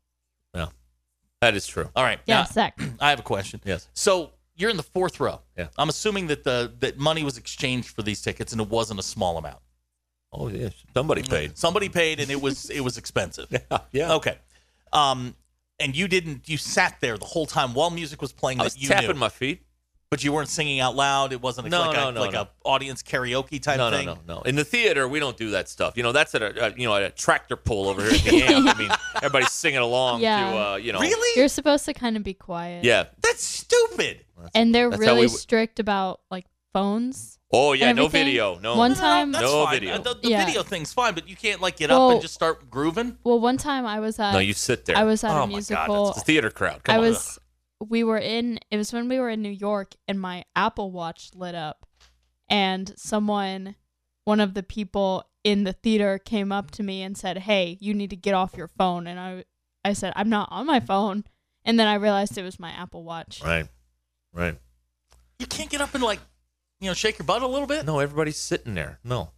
C: that is true.
D: All right.
E: Yeah,
D: now,
E: sec.
D: I have a question.
C: Yes.
D: So you're in the fourth row.
C: Yeah.
D: I'm assuming that the that money was exchanged for these tickets and it wasn't a small amount.
C: Oh yeah, somebody paid.
D: Somebody paid and it was it was expensive.
C: yeah.
D: Okay. Um, and you didn't. You sat there the whole time while music was playing.
C: I
D: That
C: was
D: you
C: tapping
D: knew,
C: my feet.
D: but you weren't singing out loud. It wasn't a,
C: No,
D: like,
C: no,
D: a,
C: no,
D: like
C: no.
D: a audience karaoke type
C: no,
D: thing.
C: No, no, no. In the theater, we don't do that stuff. You know, that's at a, a you know at a tractor pull over here at the amp. I mean, everybody's singing along to
E: Yeah.
C: uh, you know.
D: Really?
E: You're supposed to kind of be quiet.
C: Yeah.
D: That's stupid.
E: And they're
C: That's how
E: really
C: we w-
E: strict about like phones.
C: Oh yeah.
E: And
C: No
E: everything.
C: video. No.
E: One
D: No,
E: time-
D: that's
C: No
D: fine.
C: video.
D: Uh, The, the
E: Yeah.
D: video thing's fine, but you can't like get up
E: Well-
D: and just start grooving.
E: Well, one time I was at
C: no, you sit there.
E: I was at
D: Oh my God,
E: a
D: that's
E: musical.
C: It's a theater crowd. Come
E: I
C: on.
E: was we were in it was when we were in New York and my Apple Watch lit up and someone one of the people in the theater came up to me and said, "Hey, you need to get off your phone." And I I said, "I'm not on my phone." And then I realized it was my Apple Watch.
C: Right. Right.
D: You can't get up and like, you know, shake your butt a little bit.
C: No, everybody's sitting there. No.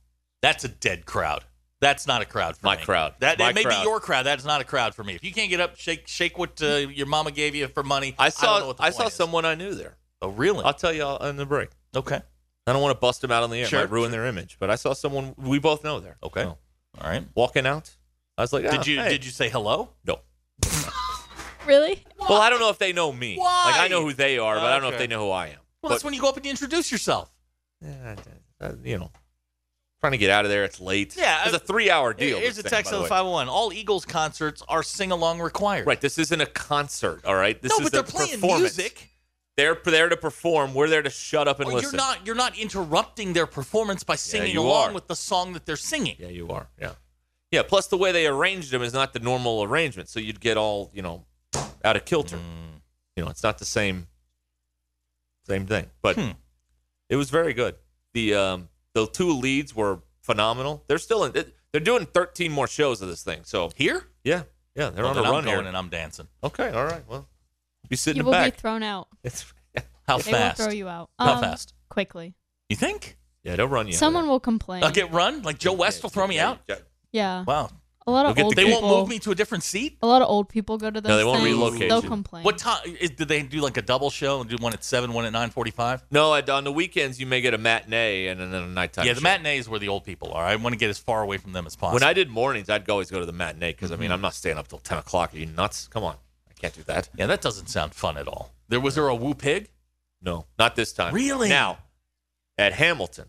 D: That's a dead crowd. That's not a crowd for
C: My
D: me.
C: crowd.
D: That
C: My
D: it may
C: crowd.
D: be your crowd. That is not a crowd for me. If you can't get up, shake shake what uh, your mama gave you for money.
C: I
D: I,
C: saw.
D: don't
C: I,
D: know what the
C: saw
D: point is.
C: someone I knew there.
D: Oh really?
C: I'll tell you all in the break.
D: okay.
C: I don't want to bust them out on the air.
D: Sure,
C: Might ruin their image. But I saw someone we both know there.
D: Okay.
C: So,
D: All right.
C: walking out, I was like, "Ah,
D: Did you did you say hello?
C: No.
E: Really?
C: Well, I don't know if they know me.
D: Why?
C: Like I know who they are, but I don't know if
D: Okay.
C: they know who I am. But-
D: Well, that's when you go up and you introduce yourself.
C: Yeah, I- I- you know, trying to get out of there. It's late.
D: Yeah,
C: it's
D: I-
C: a three-hour deal.
D: Here's a
C: this thing,
D: text
C: by
D: on
C: the
D: the
C: way.
D: 501. All Eagles concerts are sing along required.
C: Right, this isn't a concert. All right, this
D: no,
C: is
D: but
C: a
D: they're playing
C: performance.
D: music.
C: They're p- there to perform. We're there to shut up and
D: Well,
C: listen.
D: you're not you're not interrupting their performance by singing
C: you
D: along
C: are.
D: with the song that they're singing.
C: Yeah, you are. Yeah, Yeah, plus the way they arranged them is not the normal arrangement, so you'd get all you know out of kilter.
D: Mm.
C: You know, it's not the same same thing, but
D: Hmm.
C: it was very good. The um, the two leads were phenomenal. They're still in. They're doing 13 more shows of this thing. So
D: Here?
C: yeah, yeah, they're
D: Well,
C: on a
D: then I'm
C: run
D: going
C: here.
D: and I'm dancing.
C: Okay, all right. Well, you sit
E: You
C: in the
E: will
C: back.
E: be thrown out.
C: it's,
D: How
E: They
D: fast?
E: will throw you out. Um,
D: How fast?
E: Quickly.
D: You think?
C: yeah, they'll run you. out.
E: Someone will complain.
D: I'll get run? Like Joe West will throw me out?
C: Yeah.
E: Yeah.
D: Wow.
E: A lot
C: You'll
E: of
C: get
E: old
C: the
D: They
E: people.
D: won't move me to a different seat?
E: A lot of old people go to those.
C: No, they won't
E: things.
C: relocate
E: They'll
C: you.
E: complain.
D: What time? Is, did they do like a double show and do one at 7, one at 9.45?
C: No, at, on the weekends you may get a matinee and then a nighttime.
D: Yeah, the
C: show.
D: matinee is where the old people are. I want to get as far away from them as possible.
C: When I did mornings, I'd always go to the matinee because
D: Mm-hmm.
C: I mean I'm not staying up till ten o'clock. Are you nuts? Come on, I can't do that.
D: yeah, that doesn't sound fun at all. There Was there a woo pig?
C: No, not this time.
D: Really?
C: Now, at Hamilton,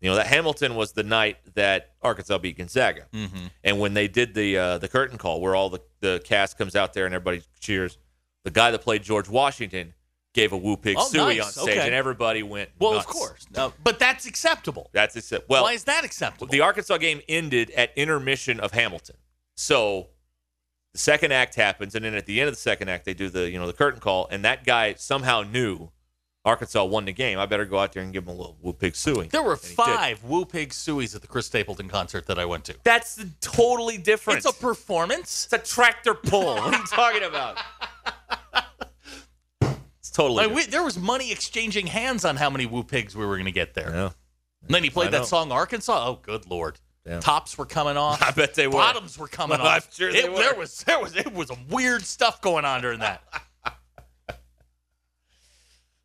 C: you know that Hamilton was the night that Arkansas beat Gonzaga,
D: Mm-hmm.
C: and when they did the uh, the curtain call, where all the the cast comes out there and everybody cheers, the guy that played George Washington gave a woo pig
D: Oh,
C: suey
D: nice.
C: on stage,
D: Okay.
C: and everybody went.
D: Well,
C: nuts.
D: of course. No, but that's acceptable.
C: That's it. Well,
D: Why is that acceptable?
C: The Arkansas game ended at intermission of Hamilton. So the second act happens, and then at the end of the second act, they do the you know the curtain call, and that guy somehow knew Arkansas won the game. I better go out there and give him a little whoop pig suing.
D: there were
C: did.
D: five woo pig sueys at the Chris Stapleton concert that I went to.
C: That's the totally different.
D: It's a performance.
C: It's a tractor pull. what are you talking about? it's totally.
D: Like, we, there was money exchanging hands on how many woo pigs we were going to get there.
C: different. yeah.
D: And then he
C: I
D: played
C: know.
D: that song Arkansas. Oh, good lord!
C: Yeah.
D: Tops were coming off.
C: I bet they were.
D: Bottoms were coming
C: I'm
D: off.
C: sure
D: It-
C: they were.
D: There was there was it was weird stuff going on during that.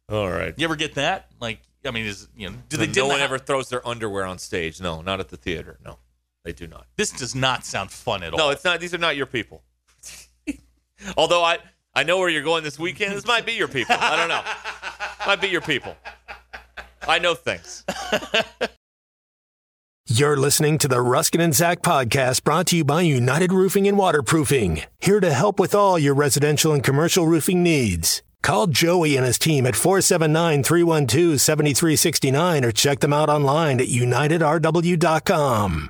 C: All right.
D: you ever get that? Like, I mean, is you know, do they
C: no
D: dim
C: one
D: the-
C: ever throws their underwear on stage. No, not at the theater. No, they do not.
D: This does not sound fun at all.
C: No, it's not. These are not your people. Although I, I know where you're going this weekend. This might be your people. I don't know. might be your people. I know things.
A: You're listening to the Ruskin and Zach podcast brought to you by United Roofing and Waterproofing, here to help with all your residential and commercial roofing needs. Call Joey and his team at 479 312 7369 or check them out online at unitedrw.com.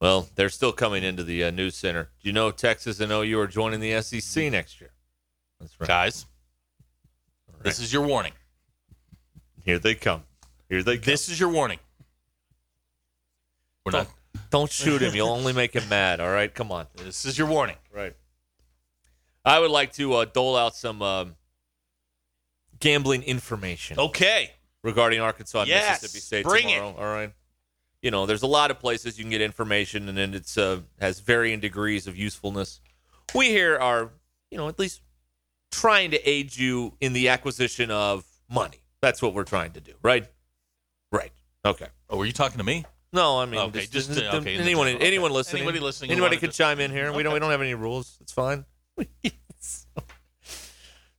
C: Well, they're still coming into the uh, news center. Do you know Texas and OU are joining the SEC next year? Mm-hmm. That's right.
D: guys. This is your warning.
C: Here they come. Here they come.
D: This is your warning. We're not.
C: Don't shoot him. You'll only make him mad. All right. Come on.
D: This is your warning.
C: Right. I would like to uh, dole out some um, gambling information.
D: Okay.
C: regarding Arkansas and
D: Yes,
C: Mississippi State
D: bring
C: tomorrow. All right. You know, there's a lot of places you can get information, and then it's uh, has varying degrees of usefulness. We here are, you know, at least trying to aid you in the acquisition of money. That's what we're trying to do, right? Right. Okay.
D: Oh, were you talking to me?
C: No, I mean,
D: Okay,
C: just,
D: just,
C: just-
D: uh, okay, in the
C: anyone,
D: general,
C: anyone
D: okay.
C: listening,
D: Anybody listening who
C: anybody
D: wanted
C: could
D: to-
C: chime in here. We don't, we don't have any rules. It's fine.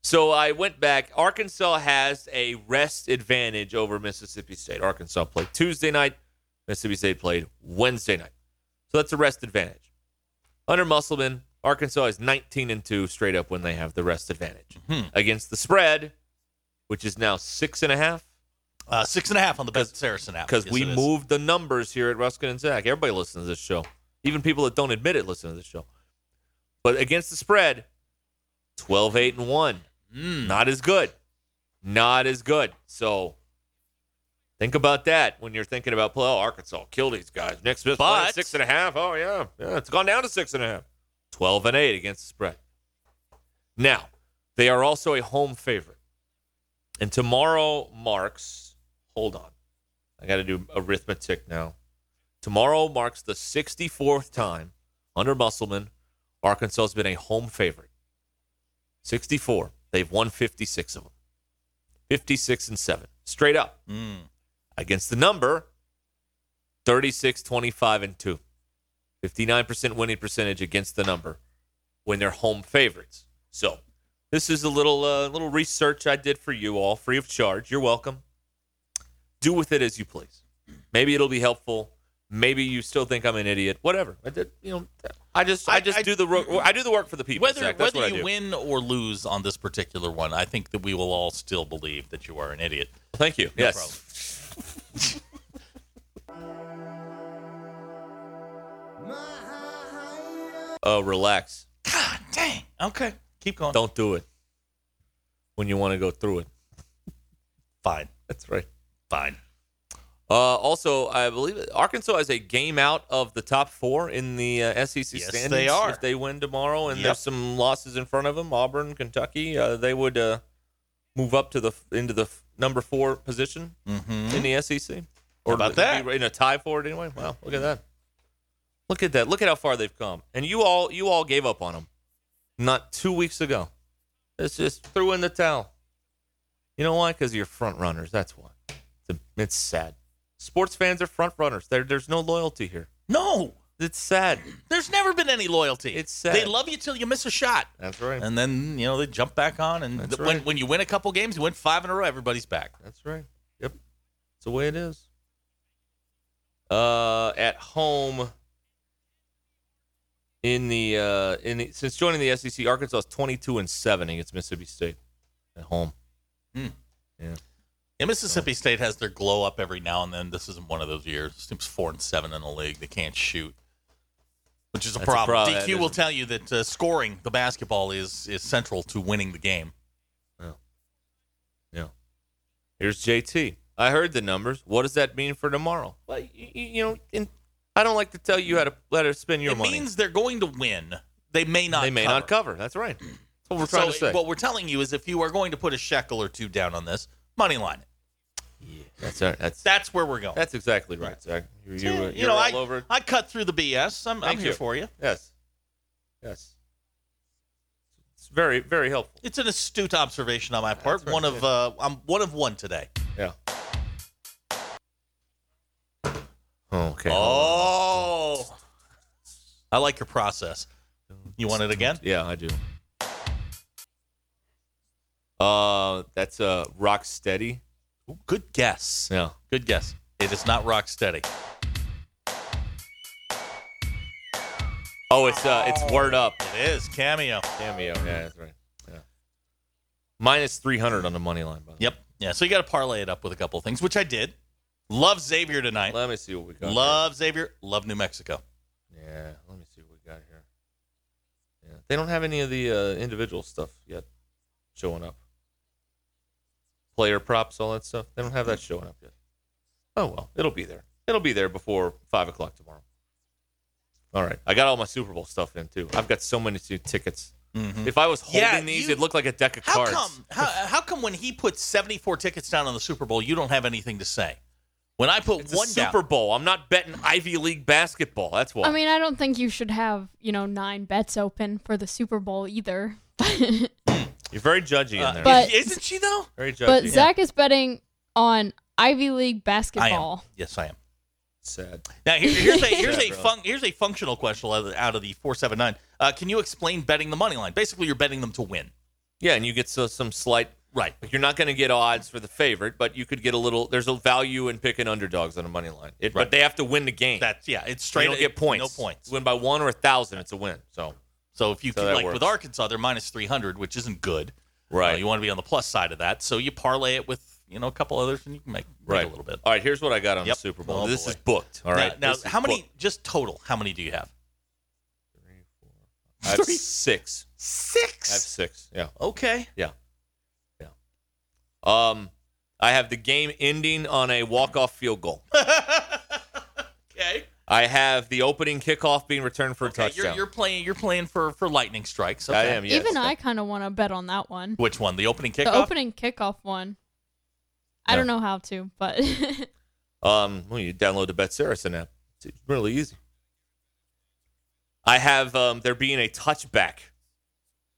C: so I went back. Arkansas has a rest advantage over Mississippi State. Arkansas played Tuesday night. Mississippi State played Wednesday night. So that's a rest advantage. Under Musselman, Arkansas is 19 and two straight up when they have the rest advantage against the spread, which is now six and a half
D: Uh, six and a half on the best Saracen app.
C: because
D: Yes,
C: we
D: it is.
C: moved the numbers here at Ruskin and Zach. Everybody listens to this show, even people that don't admit it listen to this show. But against the spread, 12 8 and 1. Mm. Not as good. Not as good. So think about that when you're thinking about, well, Arkansas, kill these guys. Next fifth
D: But-
C: line, six and a half. Oh, yeah. Yeah, it's gone down to six and a half. 12 and 8 against the spread. Now, they are also a home favorite. And tomorrow marks, hold on. I got to do arithmetic now. Tomorrow marks the 64th time under Musselman, Arkansas has been a home favorite. 64. They've won 56 of them. 56 and 7. Straight up.
D: Hmm.
C: Against the number 36, 25, and 2. 59% winning percentage against the number when they're home favorites. So, this is a little uh, little research I did for you all, free of charge. You're welcome. Do with it as you please. Maybe it'll be helpful. Maybe you still think I'm an idiot. Whatever. I did, you know. I just, I,
D: I-
C: just
D: I-
C: do the ro- I do the work for the people.
D: Whether
C: Zach. That's
D: whether
C: what I
D: you
C: do.
D: win or lose on this particular one, I think that we will all still believe that you are an idiot.
C: Thank you. yes.
D: problem.
C: Oh, relax.
D: God dang. Okay, keep going.
C: Don't do it when you want to go through it.
D: Fine,
C: That's right.
D: fine.
C: Uh, also, I believe Arkansas is a game out of the top four in the uh, SEC
D: Yes,
C: standings.
D: they are.
C: If they win tomorrow, and
D: Yep.
C: there's some losses in front of them, Auburn, Kentucky, uh, they would uh, move up to the into the f- number four position in the SEC. Or
D: Mm-hmm. about
C: be
D: that?
C: right in a tie for it anyway. Wow, look at that. Look at that. Look at how far they've come. And you all you all gave up on them not two weeks ago. It's just threw in the towel. You know why? Because you're front runners. That's why. It's, a, it's sad. Sports fans are front runners. There, there's no loyalty here.
D: No,
C: It's sad.
D: there's never been any loyalty.
C: It's sad.
D: They love you till you miss a shot,
C: That's right.
D: and then you know they jump back on. And
C: That's
D: th- when
C: right.
D: when you win a couple games, you win five in a row, everybody's back.
C: That's right. Yep. It's the way it is. Uh, at home in the uh in the, since joining the SEC, Arkansas is 22 and 7 against Mississippi State at home.
D: Yeah, Mississippi State has their glow up every now and then. This isn't one of those years. This team's four and seven in the league. They can't shoot, which is a
C: That's a
D: problem.
C: problem. That
D: DQ will
C: is a-
D: tell you that uh, scoring the basketball is is central to winning the game.
C: Here's JT. I heard the numbers. What does that mean for tomorrow? Well, you, you know, in, I don't like to tell you how to let her spend your
D: it
C: money.
D: means they're going to win. They may not.
C: they may
D: cover.
C: not cover. That's right. That's what we're
D: So,
C: trying to say.
D: what we're telling you is, if you are going to put a shekel or two down on this, money line it.
C: that's right. That's
D: That's where we're going.
C: that's exactly right, Zach. You, you, uh,
D: Yeah,
C: you're
D: you know,
C: all
D: I,
C: over. it.
D: I cut through the BS. I'm, I'm
C: Thank
D: here
C: you.
D: for you.
C: Yes. Yes. It's very, very helpful.
D: It's an astute observation on my part. one of uh, I'm one of one today.
C: Yeah. Okay.
D: Oh, I like your process. You want it again?
C: Yeah, I do. Uh, that's uh, rock steady.
D: Ooh, Good guess.
C: Yeah.
D: Good guess. It is not rock steady.
C: Oh, it's uh, it's word up.
D: It is cameo.
C: Cameo. Yeah, that's right. Yeah. Minus three hundred on the money line. By the
D: Yep. Yeah. So you got to parlay it up with a couple of things, which I did. Love Xavier tonight.
C: way. Let me see what we got.
D: Love Xavier. Love New Mexico.
C: Here. Yeah. Let me see what we got here. Yeah. They don't have any of the uh, individual stuff yet showing up. Player props, all that stuff. They don't have that showing up yet. Oh well, it'll be there. It'll be there before five o'clock tomorrow. All right. I got all my Super Bowl stuff in too. I've got so many tickets. If I was holding
D: Mm-hmm. Yeah,
C: these,
D: you-
C: it'd look like a deck of
D: How
C: cards.
D: come? How, how come when he put seventy four tickets down on the Super Bowl, you don't have anything to say? When I put
C: It's
D: one
C: a Super
D: down,
C: Bowl. I'm not betting Ivy League basketball. That's why.
E: I mean, I don't think you should have, you know, nine bets open for the Super Bowl either. But,
C: You're very judgy
D: Uh,
C: in there.
E: But-
D: isn't she though?
C: very judgy.
E: but Zach is betting on Ivy League basketball.
D: I am. Yes, I am.
C: sad.
D: Now here- here's a here's a
C: Yeah, bro.
D: fun, here's a functional question out of the, out of the four seven nine. Uh, can you explain betting the money line? Basically, you're betting them to win.
C: Yeah, and you get so, some slight.
D: Right.
C: Like you're not going to get odds for the favorite, but you could get a little. There's a value in picking underdogs on a money line. It,
D: Right.
C: But they have to win the game.
D: That's yeah. It's
C: They
D: straight.
C: don't get points.
D: No points.
C: Win by one or a thousand, it's a win. So
D: So if you
C: So
D: could-
C: that
D: like with
C: works.
D: Arkansas, they're minus three hundred, which isn't good.
C: Right.
D: Uh, you want to be on the plus side of that, so you parlay it with you know a couple others, and you can make, make
C: right
D: a little bit.
C: All right, here's what I got on
D: Yep.
C: the Super Bowl.
D: Oh,
C: this
D: boy.
C: is booked. All right.
D: Now, now
C: This is
D: how many?
C: booked.
D: Just total. How many do you have?
C: I have six. I have
D: Six.
C: six. Yeah.
D: Okay.
C: Yeah. Yeah. Um, I have the game ending on a walk-off field goal.
D: Okay.
C: I have the opening kickoff being returned for a
D: Okay.
C: touchdown.
D: You're, you're playing. You're playing for for lightning strikes. Okay.
C: I am. Yes.
E: Even I kind of want to bet on that one.
D: Which one? The opening kickoff.
E: The opening kickoff one. I
C: Yeah.
E: don't know how to, but
C: Um, well, you download the Bet Saracen app. It's really easy. I have um, there being a touchback.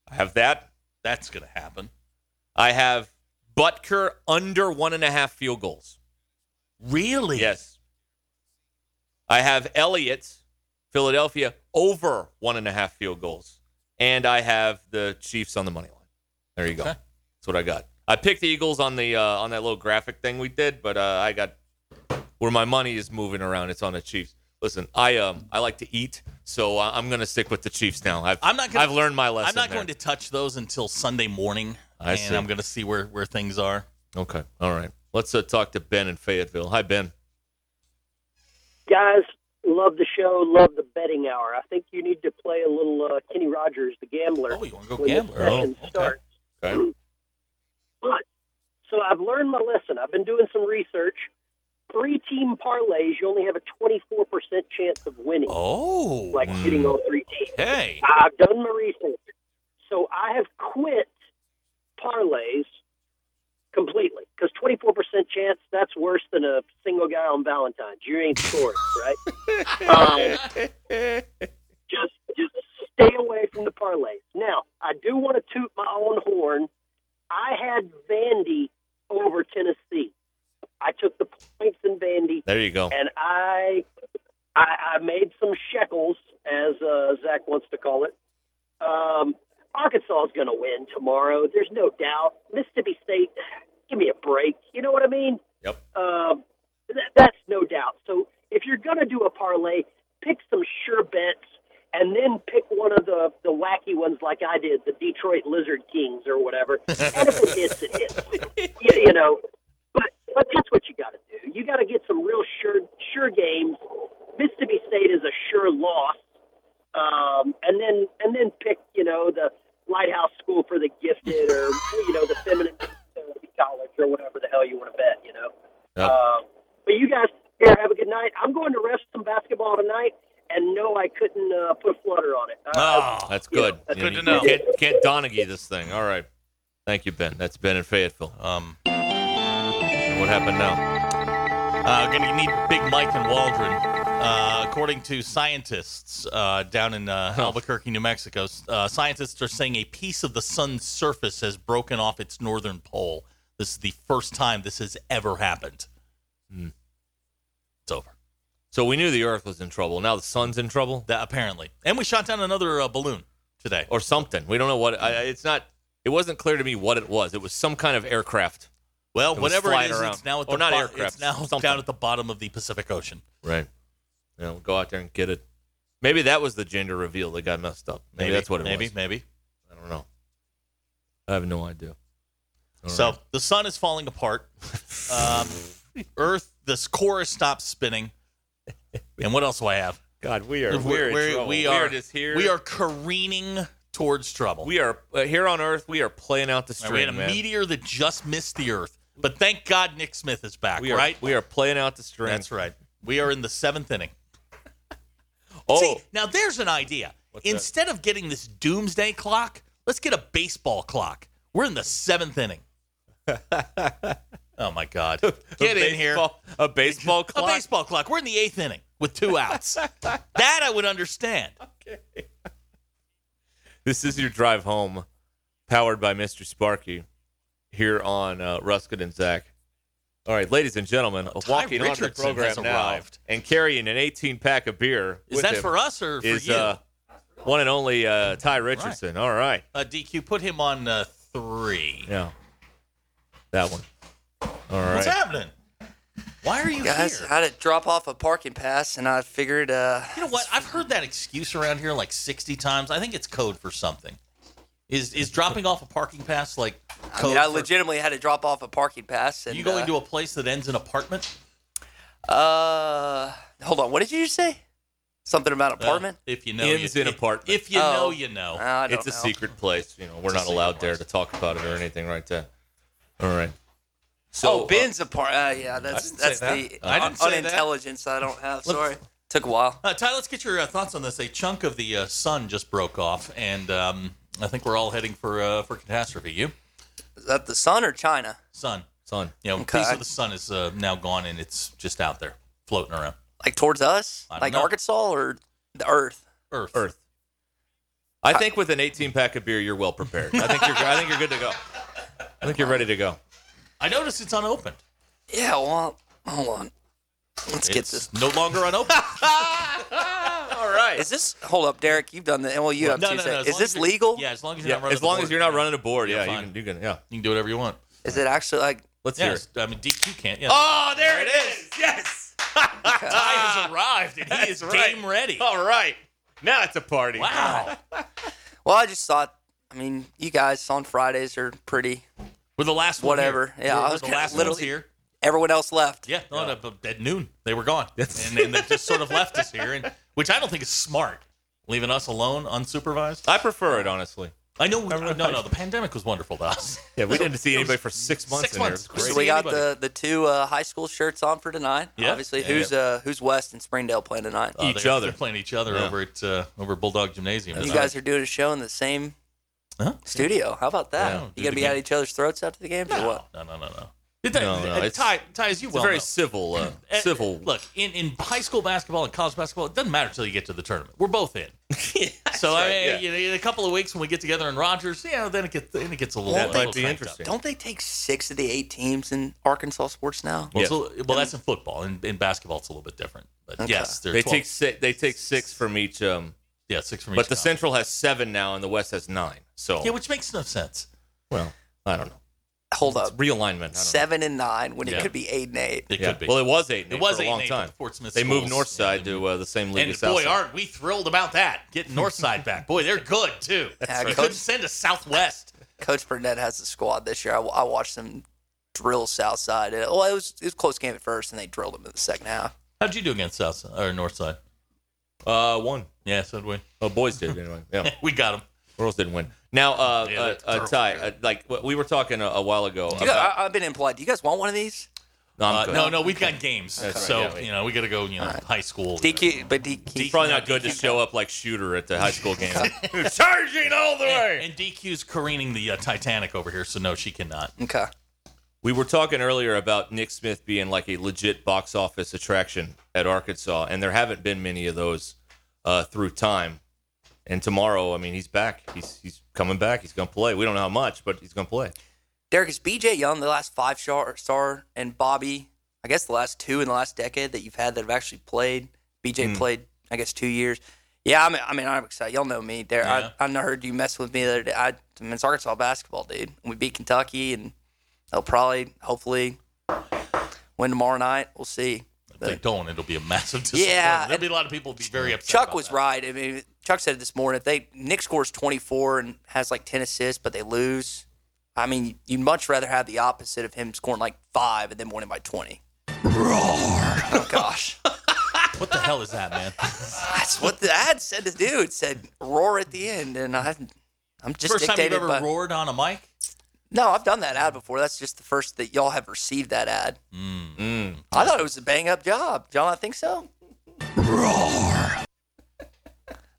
C: I have that.
D: That's gonna happen.
C: I have Butker under one and a half field goals.
D: Really?
C: Yes. I have Elliott Philadelphia over one and a half field goals. And I have the Chiefs on the money line. There you go. That's what I got. I picked the Eagles on the uh, on that little graphic thing we did, but uh, I got where my money is moving around. It's on the Chiefs. Listen, I um I like to eat, so I- I'm going to stick with the Chiefs now. I've
D: I'm not gonna-
C: I've learned my lesson.
D: I'm not
C: there.
D: going to touch those until Sunday morning,
C: I
D: and
C: see.
D: I'm going to see where where things are.
C: Okay, all right. Let's uh, talk to Ben in Fayetteville. Hi, Ben.
G: guys love the show love the betting hour i think you need to play a little uh, kenny rogers the gambler
D: Oh, you want to go
G: when this
D: gambler?
G: session
D: Oh, okay.
G: starts
C: Okay.
G: but so i've learned my lesson i've been doing some research three team parlays you only have a 24% chance of winning
D: Oh,
G: like hitting all three teams
D: hey,
G: I've done my research. So I have quit parlays completely because 24% chance, that's worse than a single guy on Valentine's. You ain't scoring, right? um, just, just stay away from the parlays. Now, I do want to toot my own horn. I had Vandy over Tennessee. I took the points in Vandy
C: There you go.
G: and I, I, I made some shekels, as uh, Zach wants to call it. Um, Arkansas is going to win tomorrow. There's no doubt. Mississippi State, give me a break. You know what I mean?
C: Yep.
G: Um, th- that's no doubt. So if you're going to do a parlay, pick some sure bets. And then pick one of the, the wacky ones like I did, the Detroit Lizard Kings or whatever. And if it hits, it hits. You, you know, but but that's what you got to do. You got to get some real sure sure games. Mississippi State is a sure loss, um, and then and then pick you know the Lighthouse School for the Gifted or you know the Feminine College or whatever the hell you want to bet. You know,
C: Yeah.
G: um, but you guys here have a good night. I'm going to rest some basketball tonight, and no, I couldn't uh, put a flutter on it. Uh,
D: oh,
C: That's good.
G: Yeah, that's
C: You
G: good
C: you
G: to know.
C: Can't, can't Donaghy this thing. All right. Thank you, Ben. That's Ben in Fayetteville.
D: um,
C: And what happened now?
D: Uh, gonna need Big Mike and Waldron. Uh, according to scientists uh, down in uh,
G: Oh.
D: Albuquerque, New Mexico, uh, scientists are saying a piece of the sun's surface has broken off its northern pole. This is the first time this has ever happened.
G: Hmm.
D: It's over.
C: So we knew the Earth was in trouble. Now the sun's in trouble,
D: That apparently, and we shot down another uh, balloon today.
C: or something. We don't know what. I, I- it's not. It wasn't clear to me what it was. It was some kind of aircraft.
D: Well,
C: was
D: whatever it
C: flying
D: is,
C: around.
D: it's now at
C: Or
D: the
C: not
D: bo-
C: aircraft,
D: It's now
C: something.
D: down at the bottom of the Pacific Ocean.
C: Right. You know, go out there and get it. Maybe that was the gender reveal that got messed up. Maybe, that's what it
D: maybe,
C: was.
D: Maybe.
C: I don't know. I have no idea. All
D: So
C: right.
D: the sun is falling apart. Um, Earth, this core stops spinning. And what else do I have?
C: God, we are
D: We're-
C: we're, in
D: we're-
C: trouble.
D: we are-
C: just here.
D: We are careening towards trouble.
C: we are uh, here on Earth. We are playing out the
D: All
C: string.
D: right, we had a
C: man.
D: meteor that just missed the Earth, but thank God Nick Smith is back.
C: We are
D: right?
C: we are playing out the string.
D: That's right. We are in the seventh inning.
C: Oh,
D: See, now there's an idea.
C: What's that?
D: Instead of getting this doomsday clock, let's get a baseball clock. We're in the seventh inning. oh my God! Get in here.
C: baseball- A baseball
D: A
C: clock.
D: baseball clock. We're in the eighth inning with two outs. that I would understand.
C: This is your drive home, powered by Mr. Sparky, here on uh, Ruskin and Zach. All right, ladies and gentlemen,
D: Ty
C: walking on the
D: Richardson
C: program
D: has
C: now
D: arrived.
C: and carrying an 18 pack of beer.
D: Is
C: with
D: that
C: him
D: for us or for
C: is,
D: you?
C: Uh,
D: Uh,
C: one and only uh, Ty Richardson. All right,
D: DQ, Uh, put him on uh, three.
C: yeah, that one. All right.
D: What's happening? Why are you
H: Guys,
D: here?
H: I had to drop off a parking pass, and I figured, uh,
D: you know what? I've heard that excuse around here like 60 times. I think it's code for something. Is is dropping off a parking pass like
H: I,
D: code
H: mean, I
D: for-
H: legitimately had to drop off a parking pass. And
D: you going
H: uh,
D: to a place that ends in apartment?
H: Uh, hold on. What did you say? Something about
D: Well,
H: apartment?
D: Uh, if you know,
C: Ends
D: you,
C: in
D: if-
C: apartment.
D: If you
H: Oh.
D: know, you know.
H: Uh, I don't
C: it's a
H: know.
C: secret place. You know, we're
D: It's a
C: not
D: secret
C: allowed there to
D: place.
C: talk about it or anything like that. All right. So
H: Oh, Ben's apartment. Uh, yeah, that's
D: didn't say
H: that's the
D: that. I didn't
H: un-
D: say that.
H: unintelligence I don't have.
D: Look-
H: Sorry, took a while.
D: Uh, Ty, let's get your uh, thoughts on this. A chunk of the uh, sun just broke off, and um, I think we're all heading for uh, for catastrophe. You
H: Is that the sun or China?
D: sun,
C: son,
D: you know, a
H: Okay.
D: piece of the sun is uh, now gone, and it's just out there floating around.
H: Like towards us?
D: I don't
H: Like
D: know.
H: Arkansas or the Earth?
D: Earth,
C: Earth. I think with an 18 pack of beer, you're well prepared. I think you're. I think you're good to go. I think you're ready to go.
D: I noticed it's unopened.
H: Yeah. Well, hold on.
G: Let's get this.
D: No longer unopened.
G: All right. Is this? Hold up, Derek. You've done the. Well, you have
D: No,
G: too.
D: no,
G: say-
D: no, as
G: Is
D: long as
G: this
D: you're-
G: legal?
D: Yeah, as long as you're not
C: Yeah,
D: running.
C: as long as you're not running a board,
D: Yeah,
C: yeah,
D: fine.
C: you can, you can, yeah.
D: you can do whatever you want.
G: Is it actually like?
C: Let's hear it.
D: Yes, I mean DQ can't. Yeah.
C: Oh, there it is. Yes.
D: Ty has arrived and he is
C: right. Oh.
D: game ready.
C: All right. Now it's a party.
D: Wow.
G: Well, I just thought. I mean, you guys on Fridays are pretty.
D: We're the last one. here.
G: Whatever. Yeah, I
D: We're, we're
G: was
D: the
G: gonna-
D: last ones
G: literally-
D: here.
G: Everyone else left.
D: Yeah, no, no, but at noon they were gone, and then they just sort of left us here, and which I don't think is smart, leaving us alone unsupervised.
C: I prefer it honestly.
D: I know, we, no, no, the pandemic was wonderful to us.
C: Yeah, we didn't see anybody for six months.
D: six
C: in there.
D: months.
C: It was
G: So
C: great.
G: we got
D: anybody.
G: the the two uh, high school shirts on for tonight.
D: Yeah.
G: Obviously,
D: Yeah,
G: who's uh who's West and Springdale playing tonight?
D: Uh,
C: Each
D: they're-
C: other.
D: they're playing each other
C: Yeah.
D: over at uh, over at Bulldog Gymnasium.
G: you guys are doing a show in the same
D: Huh?
G: studio. How about that?
D: Yeah.
G: you gonna be at each other's throats after the games or what?
D: No, no, no, no.
C: No, no,
D: and
C: it's-
D: uh, Ty, Ty, as you
C: It's a
D: well
C: very
D: know,
C: civil, uh,
D: eh,
C: civil.
D: Look, in, in high school basketball and college basketball, it doesn't matter until you get to the tournament. We're both in. so I mean,
C: yeah.
D: you know, in a couple of weeks when we get together in Rogers, you know, then it gets then it gets a little.
G: That
D: a
G: might
D: little
C: be
D: cranked up.
C: interesting.
G: Don't they take six of the eight teams in Arkansas sports now?
D: Well,
C: Yeah.
D: so- well, that's in football. In, in basketball, it's a little bit different. But
G: Okay.
D: yes, they're
C: they
D: 12.
C: take six. They take six from each. Um,
D: yeah six from each.
C: but the
D: conference.
C: Central has seven now, and the West has nine. So
D: yeah, which makes no sense.
C: well, I don't know.
G: Hold
C: It's
G: up,
C: realignment. I don't know.
G: seven and nine when
D: Yeah.
G: it could be eight and eight.
D: It
C: Yeah.
D: could be.
C: Well, it was eight. and
D: It
C: eight
D: was
C: for
D: eight
C: a
D: and
C: long
D: eight
C: time.
D: with Fort Smith
C: they moved
D: schools.
C: Northside
D: Yeah, they
C: to uh, the same league
D: And
C: as
D: boy,
C: Southside.
D: aren't we thrilled about that? Getting Northside back. Boy, they're good too.
G: Yeah,
D: you
G: right.
D: couldn't send us Southwest.
G: Coach Burnett has the squad this year. I, I watched them drill Southside. It, well, it was it was a close game at first, and they drilled them in the second half.
D: How'd you do against Southside or Northside?
C: Uh, one.
D: Yeah, so did we.
C: Oh, boys did anyway. Yeah,
D: we got them.
C: girls didn't win. Now, uh,
D: Yeah,
C: uh,
D: that's
C: uh,
D: terrible.
C: Ty, uh, like w- we were talking a, a while ago.
G: You
C: about-
G: got- I, I've been implied. Do you guys want one of these?
C: No, I'm
D: Uh,
C: good.
D: no, no, we've got games.
C: That's right,
D: so
C: yeah, we-
D: you know, we got to go. You know, high school. you know.
G: DQ, but
C: It's
G: DQ.
C: probably not good to show up like shooter at the high school game. Charging all the way.
D: And, and DQ's careening the uh, Titanic over here, so no, she cannot.
G: Okay.
C: We were talking earlier about Nick Smith being like a legit box office attraction at Arkansas, and there haven't been many of those uh, through time. And tomorrow, I mean, he's back. He's he's coming back. He's gonna play. We don't know how much, but he's gonna play.
G: Derek, is BJ Young the last five star, star and Bobby, I guess the last two in the last decade that you've had that have actually played? BJ
D: Hmm.
G: played, I guess, two years. Yeah, I mean, I mean I'm excited. Y'all know me, Derek.
D: Yeah.
G: I, I know- heard you mess with me the other day. I, I mean, it's Arkansas basketball, dude. We beat Kentucky, and they'll probably, hopefully, win tomorrow night. We'll see.
D: If they don't, it'll be a massive disappointment.
G: Yeah,
D: There'll be a lot of people be very upset.
G: Chuck
D: about
G: was
D: that.
G: right. I mean, Chuck said it this morning. If they Nick scores 24 and has like 10 assists, but they lose, I mean, you'd much rather have the opposite of him scoring like five and then winning by 20. Roar! Oh gosh,
D: What the hell is that, man?
G: that's what the ad said to do. It said roar at the end, and I, I'm just
D: First time you've
G: dictated
D: ever
G: by.
D: roared on a mic?
G: No, I've done that ad before. That's just the first that y'all have received that ad.
C: Mm.
G: I thought it was a bang up job. Y'all not think so? Roar!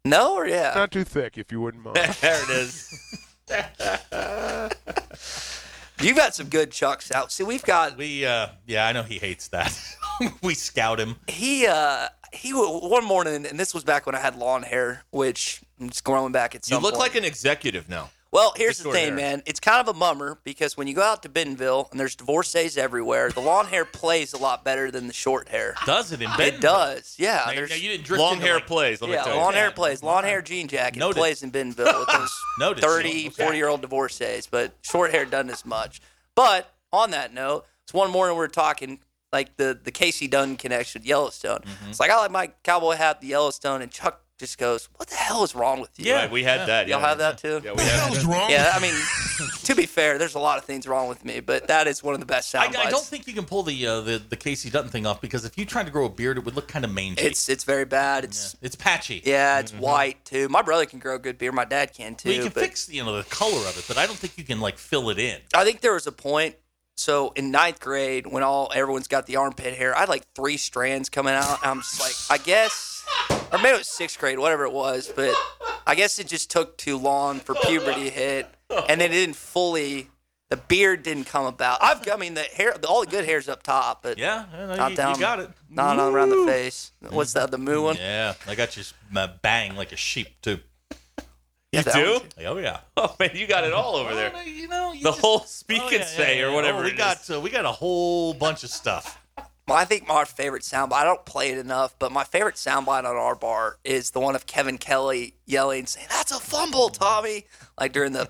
G: No or yeah?
I: Not too thick, if you wouldn't mind.
C: There it is.
G: You've got some good chucks out. See, we've got
D: We, uh, yeah, I know he hates that. we scout him.
G: he uh he w- one morning, and this was back when I had long hair, which I'm just growing back at some.
C: You look
G: point.
C: like an executive now.
G: Well, here's
C: Just
G: the
C: short
G: thing,
C: hair.
G: man. It's kind of a mummer because when you go out to Bentonville and there's divorcees everywhere, the long hair plays a lot better than the short hair.
D: Does it in Bentonville?
G: It does, yeah.
D: Now, you-
G: there's
D: now, you didn't drift
C: Long
D: into,
C: hair
D: like-
C: plays. Let me
G: yeah,
C: tell you.
G: long hair
D: Yeah.
G: plays, long hair jean jacket
D: Noted.
G: plays in Bentonville with those
D: Noted.
G: 30,
D: Okay.
G: 40 year old divorcees, but short hair doesn't as much. But on that note, it's one morning we were talking like the the Casey Dunn connection, Yellowstone.
D: Mm-hmm.
G: It's like I like my cowboy hat, the Yellowstone, and Chuck just goes, "What the hell is wrong with you?"
C: Yeah, we had that.
G: y'all
C: yeah.
G: have that too.
C: Yeah, we had that.
G: Yeah, I mean, to be fair, there's a lot of things wrong with me, but that is one of the best
D: I,
G: sound bites.
D: I don't think you can pull the, uh, the the Casey Dutton thing off because if you tried to grow a beard, it would look kind of mangy.
G: it's it's very bad. It's
D: it's patchy.
G: yeah, it's white too. My brother can grow good beard. My dad can too.
D: Mm-hmm. Well, you can
G: but-
D: fix you know the color of it, but I don't think you can like fill it in.
G: I think there was a point. So in ninth grade, when all everyone's got the armpit hair, I had like three strands coming out. I'm just like, I guess, or maybe it was sixth grade, whatever it was. But I guess it just took too long for puberty to hit, and then it didn't fully. The beard didn't come about. I've, I mean, the hair, the, all the good hair's up top, but
D: Yeah, I know,
G: not
D: you,
G: down,
D: you got it.
G: not on around the face. What's that? The moo one?
D: Yeah, I got you s- my bang like a sheep too.
C: You
G: That
C: do?
G: one.
D: Oh yeah,
C: Oh man, you got it all over there.
D: Well, you know you
C: The
D: just-
C: whole speak
D: Oh,
C: and
D: yeah,
C: say
D: yeah,
C: or
D: yeah.
C: whatever.
D: Oh, we
C: it is.
D: got uh, we got a whole bunch of stuff.
G: Well, I think my favorite soundbite, I don't play it enough, but my favorite soundbite on our bar is the one of Kevin Kelly yelling, saying, That's a fumble, Tommy. Like during the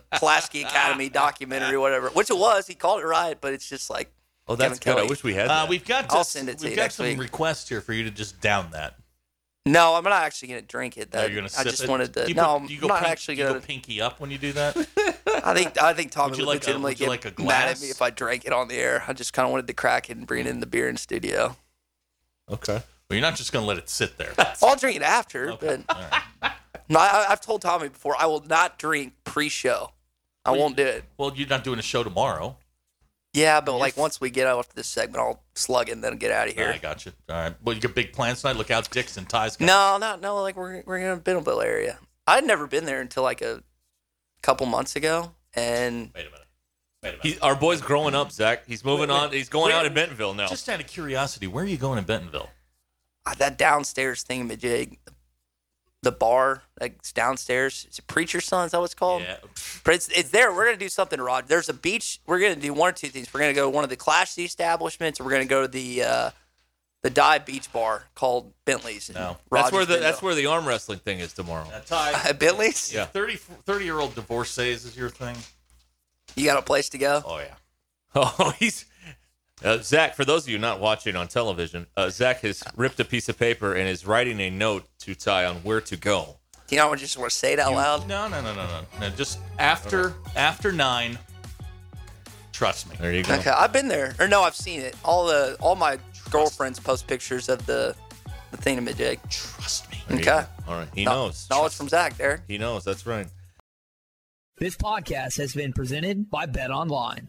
G: Pulaski Academy documentary, whatever, which it was. He called it right, but it's just like,
C: Oh, that's
G: Kevin
C: good. I
G: Kelly.
C: wish we had.
D: Uh,
C: that.
D: we've got. To,
G: I'll send it to
D: we've
G: you
D: got
G: next
D: some
G: week.
D: requests here for you to just down that.
G: No, I'm not actually going to drink it. Though.
D: No, you're gonna
G: Uh, I
D: sip
G: just
D: it?
G: wanted to.
D: Do you
G: no,
D: put- do you
G: I'm
D: go
G: not
D: pink-
G: actually
D: do you go
G: going to.
D: pinky up when you do that.
G: I think I think Tommy
D: Would
G: would,
D: you like a-
G: legitimately
D: would you
G: get
D: like a
G: mad at me
D: glass?
G: if I drank it on the air. I just kind of wanted to crack it and bring it in the beer in studio.
D: okay. Well, you're not just gonna let it sit there.
G: I'll drink it after,
D: Okay.
G: but no, I, I've told Tommy before I will not drink pre-show. I won't do it.
D: Well, you're not doing a show tomorrow.
G: Yeah, but like once we get out after this segment, I'll slug it and then get out of
D: Yeah, I
G: here.
D: got you. All right. Well, you got big plans tonight. Look out, Dicks and Ties.
G: No, no, no. Like we're we're in a Bentonville area. I'd never been there until like a couple months ago, and
D: Wait a minute. Wait a minute.
C: He, our boy's growing up, Zach. He's moving on. He's going out in Bentonville now.
D: Just out of curiosity, where are you going in Bentonville?
G: uh, that downstairs thingamajig, the bar that's downstairs. It's a preacher's son. Is that what it's called?
D: Yeah.
G: But it's, it's there. We're gonna do something, Rod. There's a beach. We're gonna do one or two things. We're gonna go to one of the Clash the establishments. Or we're gonna go to the uh, the dive beach bar called Bentley's. in
D: No.
C: that's
G: Rogers,
C: where the that's
G: Bentonville.
C: where the arm wrestling thing is tomorrow.
D: Uh, Ty,
G: At Bentley's.
C: Yeah.
D: 30, 30 year old divorcees is your thing?
G: You got a place to go?
D: Oh, yeah.
C: Oh, he's uh, Zach. For those of you not watching on television, uh, Zach has ripped a piece of paper and is writing a note to Ty on where to go.
G: Do you know? I just want to say it out loud.
D: No, no, no, no, no. No, just after after nine. Trust me.
C: There you go.
G: Okay, I've been there. Or no, I've seen it. All the all my girlfriends post pictures of the the thingamajig.
D: Trust me.
C: There you
G: Okay.
C: go. All right. He
G: Kno-
C: knows.
G: Knowledge from Zach there.
C: He knows. That's right.
I: This podcast has been presented by Bet Online.